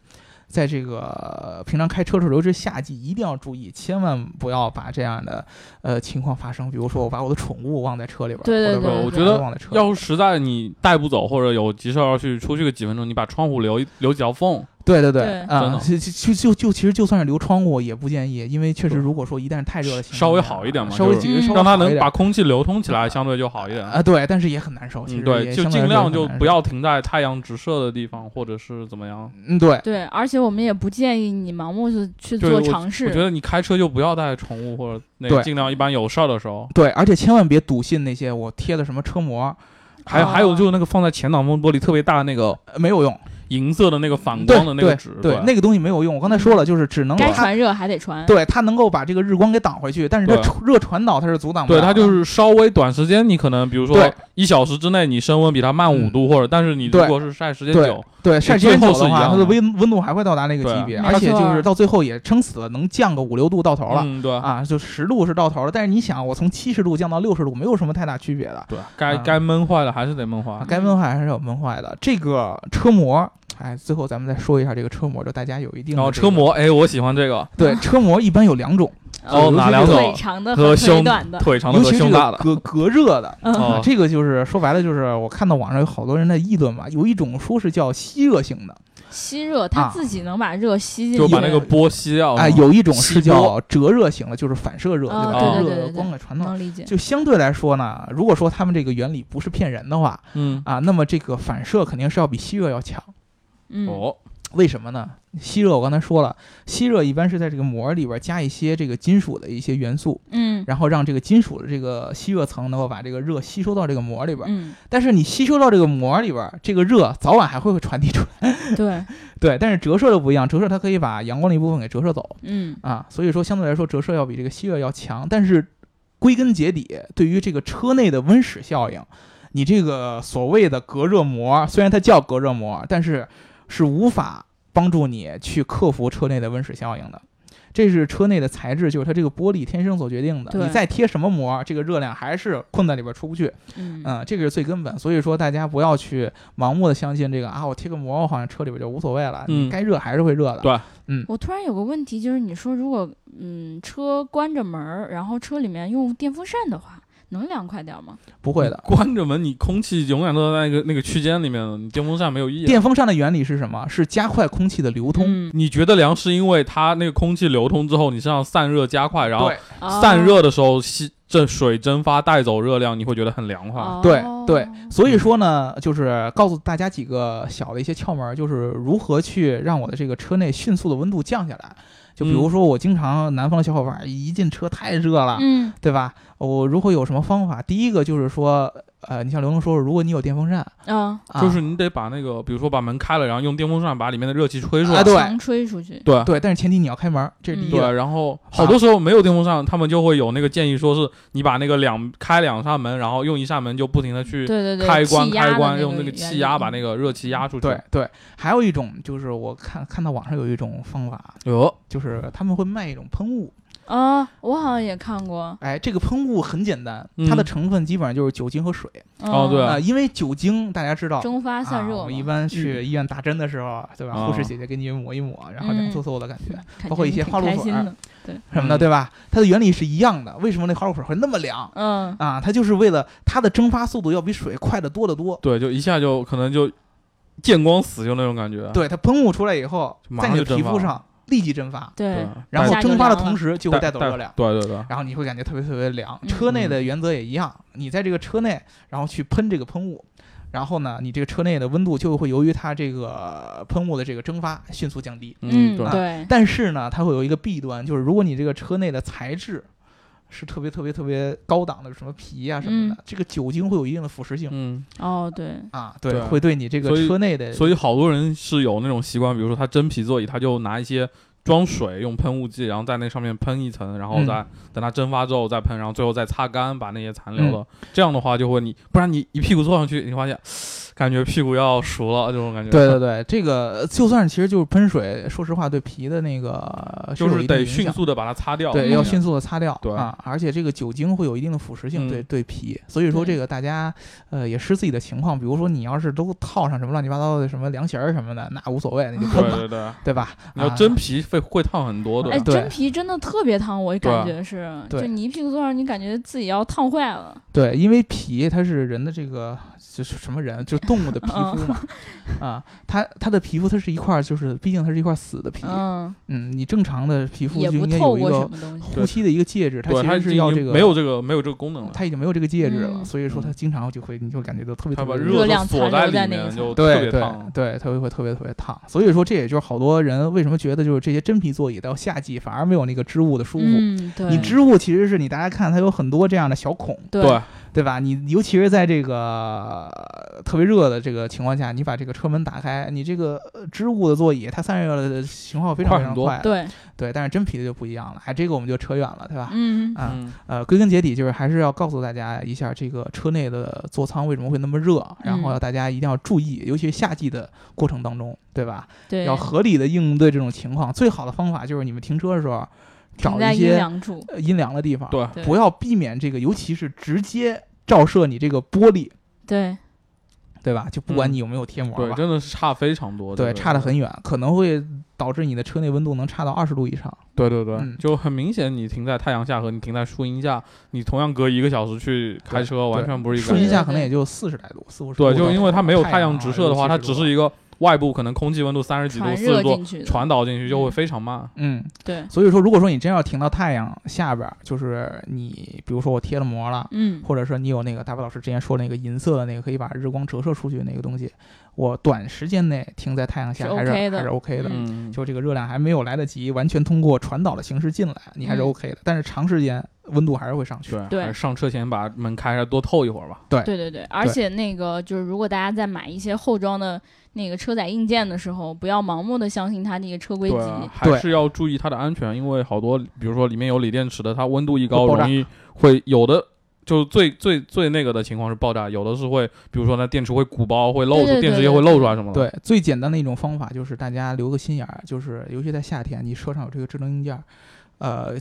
Speaker 2: 在这个呃平常开车的时候，尤其是夏季，一定要注意，千万不要把这样的呃情况发生。比如说，我把我的宠物忘在车里边儿，
Speaker 1: 对对
Speaker 2: 或者
Speaker 1: 对
Speaker 2: 把
Speaker 1: 对
Speaker 2: 我
Speaker 1: 对
Speaker 2: 的孩
Speaker 3: 我觉得
Speaker 2: 子忘在车里边儿，
Speaker 3: 要是实在你带不走，或者有急事儿要去出去个几分钟，你把窗户留一留几条缝。
Speaker 2: 对对对
Speaker 1: 对
Speaker 3: 真
Speaker 2: 啊
Speaker 3: 的，
Speaker 2: 就就就就其实就算是留窗户也不建议，因为确实如果说一旦是太热了，
Speaker 3: 稍微好一点嘛
Speaker 2: 稍微
Speaker 3: 就是
Speaker 2: 几个
Speaker 1: 嗯
Speaker 2: 稍微
Speaker 3: 让它
Speaker 2: 好一
Speaker 3: 能
Speaker 2: 点
Speaker 3: 把空气流通起来，相对就好一点。
Speaker 2: 啊，对，但是也很难受。其
Speaker 3: 嗯，
Speaker 2: 实
Speaker 3: 对，
Speaker 2: 也
Speaker 3: 就
Speaker 2: 相对
Speaker 3: 尽
Speaker 2: 来说
Speaker 3: 量
Speaker 2: 也
Speaker 3: 就
Speaker 2: 很难
Speaker 3: 不
Speaker 2: 受。
Speaker 3: 要停在太阳直射的地方，或者是怎么样。
Speaker 2: 嗯，对，
Speaker 1: 对，而且我们也不建议你盲目的去
Speaker 3: 对
Speaker 1: 做
Speaker 3: 我
Speaker 1: 尝
Speaker 3: 我觉
Speaker 1: 试，
Speaker 3: 得你开车就不要带宠物，或者那
Speaker 2: 对啊
Speaker 3: 个尽量一般有事儿的时候。
Speaker 2: 对，而且千万别笃信那些我贴的什么车模，
Speaker 3: 还有还有就是那个放在前挡风玻璃特别大那个
Speaker 2: 呃没有用。
Speaker 3: 银色的那个反
Speaker 2: 对
Speaker 3: 光嗯的那个纸，
Speaker 2: 对，那个东西没有用。我刚才说了，就是只能
Speaker 1: 嗯该
Speaker 2: 它，
Speaker 1: 传热还得传，
Speaker 2: 对它能够把这个日光给挡回去，但是它
Speaker 3: 对
Speaker 2: 传热传导它是阻挡不
Speaker 3: 对
Speaker 2: 了的。
Speaker 3: 它就是稍微短时间，你可能比如说
Speaker 2: 对嗯
Speaker 3: 一小时之内你升温比它慢五度，或者但是你
Speaker 2: 对
Speaker 3: 如果是晒时间
Speaker 2: 对
Speaker 3: 久，
Speaker 2: 对晒时间久
Speaker 3: 最后是一
Speaker 2: 话，
Speaker 3: 样
Speaker 2: 它的
Speaker 3: 的
Speaker 2: 温温度还会到达那个
Speaker 3: 对
Speaker 2: 级别，
Speaker 1: 没
Speaker 2: 而且就
Speaker 1: 错
Speaker 2: 是到最后也撑死了能降个五六度到头了。
Speaker 3: 嗯，对
Speaker 2: 啊，就十度是到头了，但是你想，我从七十度降到六十度，没有什么太大区别的。
Speaker 3: 对，该
Speaker 2: 啊
Speaker 3: 该闷坏了还是得闷坏
Speaker 2: 啊，。该闷坏还是有闷坏的。这个车模，哎，最后咱们再说一下这个车模，就大家有一定的、
Speaker 3: 然后车，模，哎，我喜欢这个，
Speaker 2: 对，车模一般有两种，
Speaker 1: 嗯
Speaker 3: 哦，哪两
Speaker 1: 腿
Speaker 3: 种？
Speaker 1: 长的腿
Speaker 3: 和胸
Speaker 1: 短的，
Speaker 3: 腿长的
Speaker 2: 尤
Speaker 3: 和
Speaker 2: 其是
Speaker 3: 胸大的。
Speaker 2: 隔隔热的。啊
Speaker 3: 哦，
Speaker 2: 这个就是说白了，就是我看到网上有好多人在议论嘛，有一种说是叫吸热型的，
Speaker 1: [LAUGHS] 吸热，
Speaker 2: 啊
Speaker 1: 它自己能把热吸进去，
Speaker 3: 就把那个波吸掉。
Speaker 2: 哎，有一种是
Speaker 3: 哦吸波
Speaker 2: 叫折热型的，就是反射热，
Speaker 1: 啊
Speaker 2: 就把
Speaker 3: 对
Speaker 2: 这
Speaker 3: 对
Speaker 1: 对
Speaker 2: 热的
Speaker 1: 对
Speaker 2: 光给传到。
Speaker 1: 能理解，
Speaker 2: 哦就相对来说呢，如果说他们这个原理不是骗人的话
Speaker 3: 嗯，
Speaker 2: 啊，那么这个反射肯定是要比吸热要强。
Speaker 1: 嗯，
Speaker 3: 哦，
Speaker 2: 为什么呢？吸热我刚才说了，吸热一般是在这个膜里边加一些这个金属的一些元素，
Speaker 1: 嗯
Speaker 2: 然后让这个金属的这个吸热层能够把这个热吸收到这个膜里边。
Speaker 1: 嗯，
Speaker 2: 但是你吸收到这个膜里边，这个热早晚还会传递出来。
Speaker 1: 嗯对，
Speaker 2: 对，但是折射的不一样，折射它可以把阳光的一部分给折射走
Speaker 1: 嗯
Speaker 2: 啊，所以说相对来说折射要比这个吸热要强。但是归根结底，对于这个车内的温室效应，你这个所谓的隔热膜，虽然它叫隔热膜，但是是无法帮助你去克服车内的温室效应的。这是车内的材质，就是它这个玻璃天生所决定的。
Speaker 1: 对
Speaker 2: 你再贴什么膜，这个热量还是困在里边出不去。 [LAUGHS]
Speaker 1: 嗯
Speaker 2: 嗯，这个是最根本。所以说，大家不要去盲目的相信这个啊，我贴个膜，我好像车里边就无所谓了。
Speaker 3: 嗯
Speaker 2: 你该热还是会热的。
Speaker 3: 对
Speaker 1: 我突然有个问题，就是你说如果嗯车关着门儿，然后车里面用电风扇的话，能凉快点儿吗？
Speaker 2: 不会的。
Speaker 3: 关着门，你空气永远都在那个那个区间里面了，你电风扇没有意义。
Speaker 2: 电风扇的原理是什么？是加快空气的流通。
Speaker 1: 嗯，
Speaker 3: 你觉得凉是因为它那个空气流通之后，你身上散热加快，然后
Speaker 2: 对哦
Speaker 3: 散热的时候吸这水蒸发带走热量，你会觉得很凉快。
Speaker 1: 哦，
Speaker 2: 对
Speaker 1: 哦
Speaker 2: 对，所以说呢，就是告诉大家几个小的一些窍门儿，就是如何去让我的这个车内迅速的温度降下来。就比如说，我经常南方的小伙伴儿一进车太热
Speaker 3: 啊
Speaker 2: 了，
Speaker 1: 嗯
Speaker 2: 对吧？我如果有什么方法，第一个就是说，呃，你像刘能说，如果你有电风扇，
Speaker 1: 啊，
Speaker 2: 啊、
Speaker 3: 就是你得把那个，比如说把门开了，然后用电风扇把里面的热气吹出
Speaker 2: 啊
Speaker 3: 来。
Speaker 2: 对
Speaker 1: 强吹出去，
Speaker 3: 对
Speaker 2: 对，但是前提你要开门儿，这是第一
Speaker 3: 啊对
Speaker 2: 个。
Speaker 3: 然后好多时候没有电风扇，他们就会有那个建议，说是你把那个两开两扇门，然后用一扇门就不停的去
Speaker 1: 对对对，
Speaker 3: 开
Speaker 1: 气
Speaker 3: 关
Speaker 1: 压
Speaker 3: 开
Speaker 1: 的
Speaker 3: 关，
Speaker 1: 那
Speaker 3: 用那
Speaker 1: 个
Speaker 3: 个
Speaker 1: 原
Speaker 3: 气
Speaker 1: 理
Speaker 3: 压把那个热气压出去。
Speaker 2: 对对，还有一种就是我看看到网上有一种方法，
Speaker 3: 有
Speaker 2: 就是他们会卖一种喷雾，
Speaker 1: 啊，我好像也看过，
Speaker 2: 哎，这个喷雾很简单，它的
Speaker 3: 嗯
Speaker 2: 成分基本上就是酒精和水
Speaker 3: 哦
Speaker 1: 嗯
Speaker 3: 对
Speaker 2: 啊、因为酒精大家知道
Speaker 1: 蒸发散热嘛，嗯
Speaker 2: 啊。我们一 [LAUGHS] 般去医院打针的时候，对吧？
Speaker 3: 啊
Speaker 2: 护士姐姐给你抹一抹，然后
Speaker 1: 嗯
Speaker 2: 凉飕飕的感觉、
Speaker 1: 感
Speaker 2: 包括
Speaker 1: 觉
Speaker 2: 一
Speaker 1: 你
Speaker 2: 些
Speaker 1: 挺
Speaker 2: 花露
Speaker 1: 开
Speaker 2: 水
Speaker 1: 心
Speaker 2: 儿
Speaker 1: 的
Speaker 2: 什么的，
Speaker 3: 嗯
Speaker 2: 对吧？它的原理是一样的。为什么那花露水会那么凉
Speaker 1: 嗯，
Speaker 2: 啊？它就是为了它的蒸发速度要比水快得多得多。
Speaker 3: 对，就一下就可能就见光死，就那种感觉。
Speaker 2: 对，它喷雾出来以后
Speaker 3: 就，马
Speaker 2: 在
Speaker 3: 上
Speaker 2: 你的
Speaker 3: 就蒸
Speaker 2: 皮肤
Speaker 3: 发
Speaker 2: 上立即蒸发，
Speaker 1: 对
Speaker 3: 对，，
Speaker 2: 然
Speaker 1: 带
Speaker 2: 后
Speaker 1: 走
Speaker 2: 蒸发
Speaker 1: 热
Speaker 2: 的
Speaker 1: 量
Speaker 2: 同
Speaker 1: 了
Speaker 2: 时就会带走热量。
Speaker 3: 对对嗯对，
Speaker 2: 然后你会感觉特别特别凉。
Speaker 1: 嗯
Speaker 2: 车内的原则也一样，你在这个车内，然后去喷这个喷雾，然后呢，你这个车内的温度就会由于它这个喷雾的这个蒸发迅速降低。
Speaker 1: 嗯
Speaker 3: 对。
Speaker 1: 对，
Speaker 2: 但是呢，它会有一个弊端，就是如果你这个车内的材质是特别特别特别高档的，什么皮啊什么的，这个酒精会有一定的腐蚀性。
Speaker 3: 嗯，
Speaker 1: 哦对，
Speaker 2: 啊，对，
Speaker 3: 对
Speaker 2: 会对你这个
Speaker 3: 所以
Speaker 2: 车内的，
Speaker 3: 所以好多人是有那种习惯，比如说他真皮座椅，他就拿一些装水，用喷雾剂，然后在那上面喷一层，然后再、
Speaker 2: 嗯
Speaker 3: 等它蒸发之后再喷，然后最后再擦干，把那些残留的。
Speaker 2: 嗯
Speaker 3: 这样的话就会你，不然你一屁股坐上去，你发现感觉屁股要熟了这种感觉。
Speaker 2: 对对对，这个就算是其实就是喷水，说实话对皮的那个呃
Speaker 3: 就是
Speaker 2: 有
Speaker 3: 是
Speaker 2: 一定
Speaker 3: 得
Speaker 2: 影响
Speaker 3: 迅速的把它擦掉。
Speaker 2: 对，
Speaker 1: 嗯
Speaker 2: 要迅速的擦掉，
Speaker 3: 对
Speaker 2: 啊，而且这个酒精会有一定的腐蚀性
Speaker 3: 嗯
Speaker 2: 对、对皮，所以说
Speaker 1: 对
Speaker 2: 这个大家呃也视自己的情况，比如说你要是都套上什么乱七八糟的什么凉鞋儿什么的，那无所谓，那就
Speaker 3: 对
Speaker 2: 喷吧，
Speaker 3: 对对，
Speaker 2: 对吧？
Speaker 3: 你要
Speaker 2: 啊
Speaker 3: 真皮会会烫很多的。
Speaker 1: 哎，
Speaker 2: 对
Speaker 1: 真皮真的特别烫，我感
Speaker 3: 对
Speaker 1: 觉是，
Speaker 2: 对
Speaker 1: 就你一屁股坐上，你感觉自己要烫坏了。
Speaker 2: 对，因为皮它是人的这个就是什么人，就是动
Speaker 1: [LAUGHS]
Speaker 2: 物的皮
Speaker 1: 嗯
Speaker 2: 肤嘛，啊，它它的皮肤它是一块儿，就是毕竟它是一块死的皮，
Speaker 1: 嗯，
Speaker 2: 嗯，你正常的皮肤
Speaker 1: 也
Speaker 2: 就
Speaker 1: 不
Speaker 2: 应该
Speaker 1: 透
Speaker 2: 有一
Speaker 1: 过什
Speaker 2: 个
Speaker 1: 么东西。
Speaker 2: 呼吸的一个介质，它
Speaker 3: 对，
Speaker 2: 其
Speaker 3: 它
Speaker 2: 实是要
Speaker 3: 已
Speaker 2: 这
Speaker 3: 经
Speaker 2: 个
Speaker 3: 没。有这个没有这个功能了，
Speaker 2: 它已经没有这个介质了，
Speaker 1: 嗯
Speaker 2: 所以说它经常就会，你就感觉到特别
Speaker 3: 它
Speaker 2: 特
Speaker 3: 把
Speaker 2: 别
Speaker 1: 热
Speaker 3: 热
Speaker 1: 量
Speaker 3: 锁
Speaker 1: 残留在
Speaker 3: 里
Speaker 1: 那个
Speaker 3: 面
Speaker 1: 上
Speaker 3: 就特
Speaker 2: 对
Speaker 3: 别
Speaker 2: 对
Speaker 3: 烫。
Speaker 2: 对，它会特别特别烫。所以说，这也就是好多人为什么觉得就是这些真皮座椅到夏季反而没有那个织物的舒服。
Speaker 1: 嗯，对，
Speaker 2: 你织物其实是你大家看它有很多这样的小孔，
Speaker 1: 对
Speaker 3: 对，
Speaker 2: 对吧？你尤其是在这个呃特别热的这个情况下，你把这个车门打开，你这个呃织物的座椅它散热的情况非常
Speaker 3: 快
Speaker 2: 非常
Speaker 3: 很多
Speaker 2: 快的，
Speaker 1: 对，
Speaker 2: 对但是真皮的就不一样了，哎，这个我们就扯远了，对吧？
Speaker 1: 嗯，
Speaker 2: 啊，
Speaker 3: 嗯
Speaker 2: 呃，归根结底就是还是要告诉大家一下，这个车内的座舱为什么会那么热，然后
Speaker 1: 嗯
Speaker 2: 大家一定要注意，尤其是夏季的过程当中，对吧？
Speaker 1: 对，
Speaker 2: 要合理的应对这种情况，最好的方法就是你们停车的时候
Speaker 1: 停
Speaker 2: 找
Speaker 1: 在
Speaker 2: 一
Speaker 1: 阴
Speaker 2: 些
Speaker 1: 凉处，
Speaker 2: 呃阴凉的地方，
Speaker 3: 对
Speaker 1: 对
Speaker 2: 不要避免这个，尤其是直接照射你这个玻璃，
Speaker 1: 对，
Speaker 2: 对吧？就不管
Speaker 3: 嗯
Speaker 2: 你有没有贴膜
Speaker 3: 对，
Speaker 2: 吧，
Speaker 3: 真的是差非常多。
Speaker 2: 对，
Speaker 3: 这个
Speaker 2: 差得很远，可能会导致你的车内温度能差到二十度以上。
Speaker 3: 对对对，
Speaker 2: 嗯
Speaker 3: 就很明显，你停在太阳下和你停在树荫下，你同样隔一个小时去开车，完
Speaker 2: 对
Speaker 3: 全不是一
Speaker 2: 树
Speaker 3: 个
Speaker 2: 荫
Speaker 3: 感觉。
Speaker 2: 下可能也就四十来度，四五十。
Speaker 3: 对，就因为它没有太阳直
Speaker 2: 啊
Speaker 3: 射的话，它
Speaker 2: 它
Speaker 3: 只是一个外部可能空气温度三十几度、
Speaker 1: 传
Speaker 3: 四十
Speaker 1: 热
Speaker 3: 度
Speaker 1: 进去的，
Speaker 3: 传导进去，就会非常慢。
Speaker 2: 嗯，
Speaker 1: 对，
Speaker 2: 所以说，如果说你真要停到太阳下边儿，就是你比如说我贴了膜了，
Speaker 1: 嗯，
Speaker 2: 或者说你有那个大白老师之前说那个银色的那个可以把日光折射出去的那个东西，我短时间内停在太阳下
Speaker 1: 是
Speaker 2: 还是
Speaker 1: OK 的
Speaker 2: 还是 OK 的。
Speaker 3: 嗯，
Speaker 2: 就这个热量还没有来得及完全通过传导的形式进来，你还是
Speaker 1: 嗯
Speaker 2: OK 的。但是长时间温度还是会上去。
Speaker 3: 对，
Speaker 1: 对
Speaker 3: 还是上车前把门开开，多透一会儿吧。
Speaker 1: 对对对，而
Speaker 2: 对
Speaker 1: 且那个就是，如果大家在买一些后装的那个车载硬件的时候，不要盲目的相信它那个车规
Speaker 3: 对
Speaker 1: 级，
Speaker 3: 啊，
Speaker 2: 对
Speaker 3: 还是要注意它的安全，因为好多，比如说里面有锂电池的，它温度一
Speaker 2: 会
Speaker 3: 高，
Speaker 2: 爆炸
Speaker 3: 容易会有的就是最最最那个的情况是爆炸，有的是会，比如说那电池会鼓包、会漏出，
Speaker 1: 对对对
Speaker 3: 电池液会漏出来什么的。
Speaker 2: 对，最简单的一种方法就是大家留个心眼儿，就是尤其在夏天，你车上有这个智能硬件儿，呃，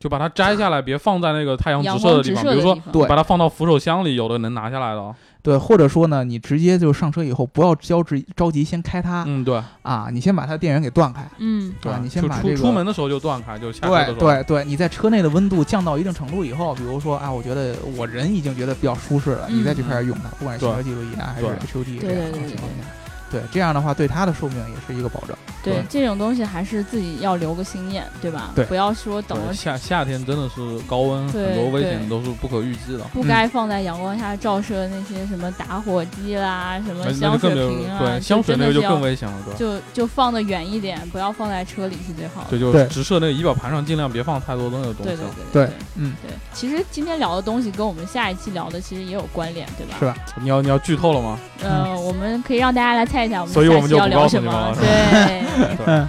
Speaker 3: 就把它摘下来，别放在那个太阳直
Speaker 1: 阳
Speaker 3: 射
Speaker 1: 光
Speaker 3: 的地
Speaker 1: 直
Speaker 3: 方。
Speaker 1: 射
Speaker 3: 比
Speaker 1: 的
Speaker 3: 如说
Speaker 1: 地，方，
Speaker 2: 对
Speaker 3: 把它放到扶手箱里，有的能拿下来的。哦
Speaker 2: 对，或者说呢，你直接就上车以后不要着急着急先开它、
Speaker 3: 嗯，对，
Speaker 2: 啊，你先把它电源给断开。
Speaker 1: 嗯，
Speaker 2: 对
Speaker 3: 对
Speaker 2: 你先
Speaker 3: 就
Speaker 2: 把
Speaker 3: 出
Speaker 2: 这
Speaker 3: 出
Speaker 2: 个
Speaker 3: 门的时候就断开，就下车的时
Speaker 2: 对对
Speaker 3: 候。
Speaker 2: 对，你在车内的温度降到一定程度以后，比如说啊，我觉得我人已经觉得比较舒适了，你再去开始用它，不管是行车记录仪啊还是
Speaker 3: 对
Speaker 2: HUD
Speaker 1: 嗯对
Speaker 2: 这样的
Speaker 1: 对对
Speaker 2: 情况下，对这样的话对它的寿命也是一个保证。
Speaker 1: 对
Speaker 2: 对，
Speaker 1: 这种东西还是自己要留个心眼，对吧？
Speaker 2: 对
Speaker 1: 不要说等
Speaker 3: 对
Speaker 1: 了
Speaker 3: 夏夏天真的是高温，
Speaker 1: 对
Speaker 3: 很多危险
Speaker 1: 对
Speaker 3: 都是不可预计的。
Speaker 1: 不该放在阳光下照射那些什么打火机啦、什么
Speaker 3: 那哎那
Speaker 1: 香
Speaker 3: 就
Speaker 1: 水
Speaker 3: 更没有
Speaker 1: 瓶啊，
Speaker 3: 对香水那个
Speaker 1: 就
Speaker 3: 就
Speaker 1: 真的是
Speaker 3: 更
Speaker 1: 要
Speaker 3: 危险了，对。
Speaker 1: 就就放的远一点，不要放在车里是最好的。
Speaker 3: 对，就
Speaker 2: 对
Speaker 3: 直射那个仪表盘上，尽量别放太多东西的东
Speaker 1: 对
Speaker 3: 西了。
Speaker 1: 对对
Speaker 2: 对
Speaker 1: 对，
Speaker 2: 嗯，
Speaker 1: 对。其实今天聊的东西跟我们下一期聊的其实也有关联，对吧？
Speaker 2: 是吧
Speaker 3: 你要你要剧
Speaker 1: [LAUGHS]
Speaker 3: 透了吗？
Speaker 1: 呃，我们可以让大家来猜一下我们
Speaker 3: 嗯所以
Speaker 1: 下
Speaker 3: 我们
Speaker 1: 期
Speaker 3: 就
Speaker 1: 要
Speaker 3: 不
Speaker 1: 聊
Speaker 3: 告诉
Speaker 1: 什
Speaker 3: 你们
Speaker 1: 么
Speaker 3: 了。是 [LAUGHS]
Speaker 1: 对
Speaker 2: 嗯
Speaker 3: 对，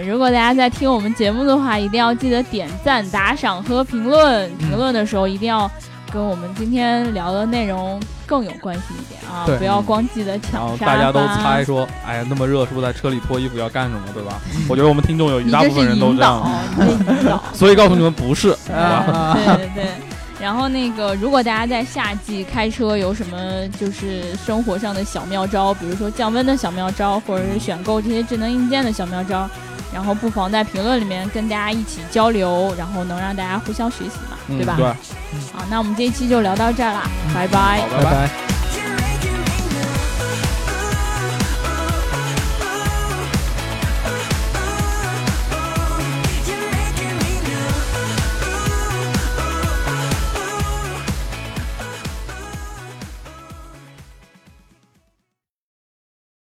Speaker 1: 对，如果大家在听我们节目的话，一定要记得点赞、打赏和评论。
Speaker 3: 嗯
Speaker 1: 评论的时候一定要跟我们今天聊的内容更有关系一点啊，
Speaker 2: 对
Speaker 1: 不要光记得抢
Speaker 3: 然后
Speaker 1: 沙发。
Speaker 3: 大家都猜说，哎呀，那么热，是不是在车里脱衣服要干什么，对吧？我觉得我们
Speaker 1: [LAUGHS]
Speaker 3: 听众有一
Speaker 1: 你
Speaker 3: 大
Speaker 1: 这
Speaker 3: 部分
Speaker 1: 是
Speaker 3: 人都
Speaker 1: 引
Speaker 3: 这
Speaker 1: 导
Speaker 3: 样，，
Speaker 1: 你这是引导。
Speaker 3: 所以告诉你们不是，好吧？
Speaker 2: 啊
Speaker 1: 对
Speaker 3: [LAUGHS]
Speaker 1: 对对。然后那个，如果大家在夏季开车有什么就是生活上的小妙招，比如说降温的小妙招，或者是选购这些智能硬件的小妙招，然后不妨在评论里面跟大家一起交流，然后能让大家互相学习嘛，
Speaker 3: 嗯
Speaker 1: 对吧？
Speaker 3: 对，嗯
Speaker 1: 好，那我们这一期就聊到这儿啦，拜拜。
Speaker 3: 好，
Speaker 2: 拜
Speaker 3: 拜。
Speaker 2: 拜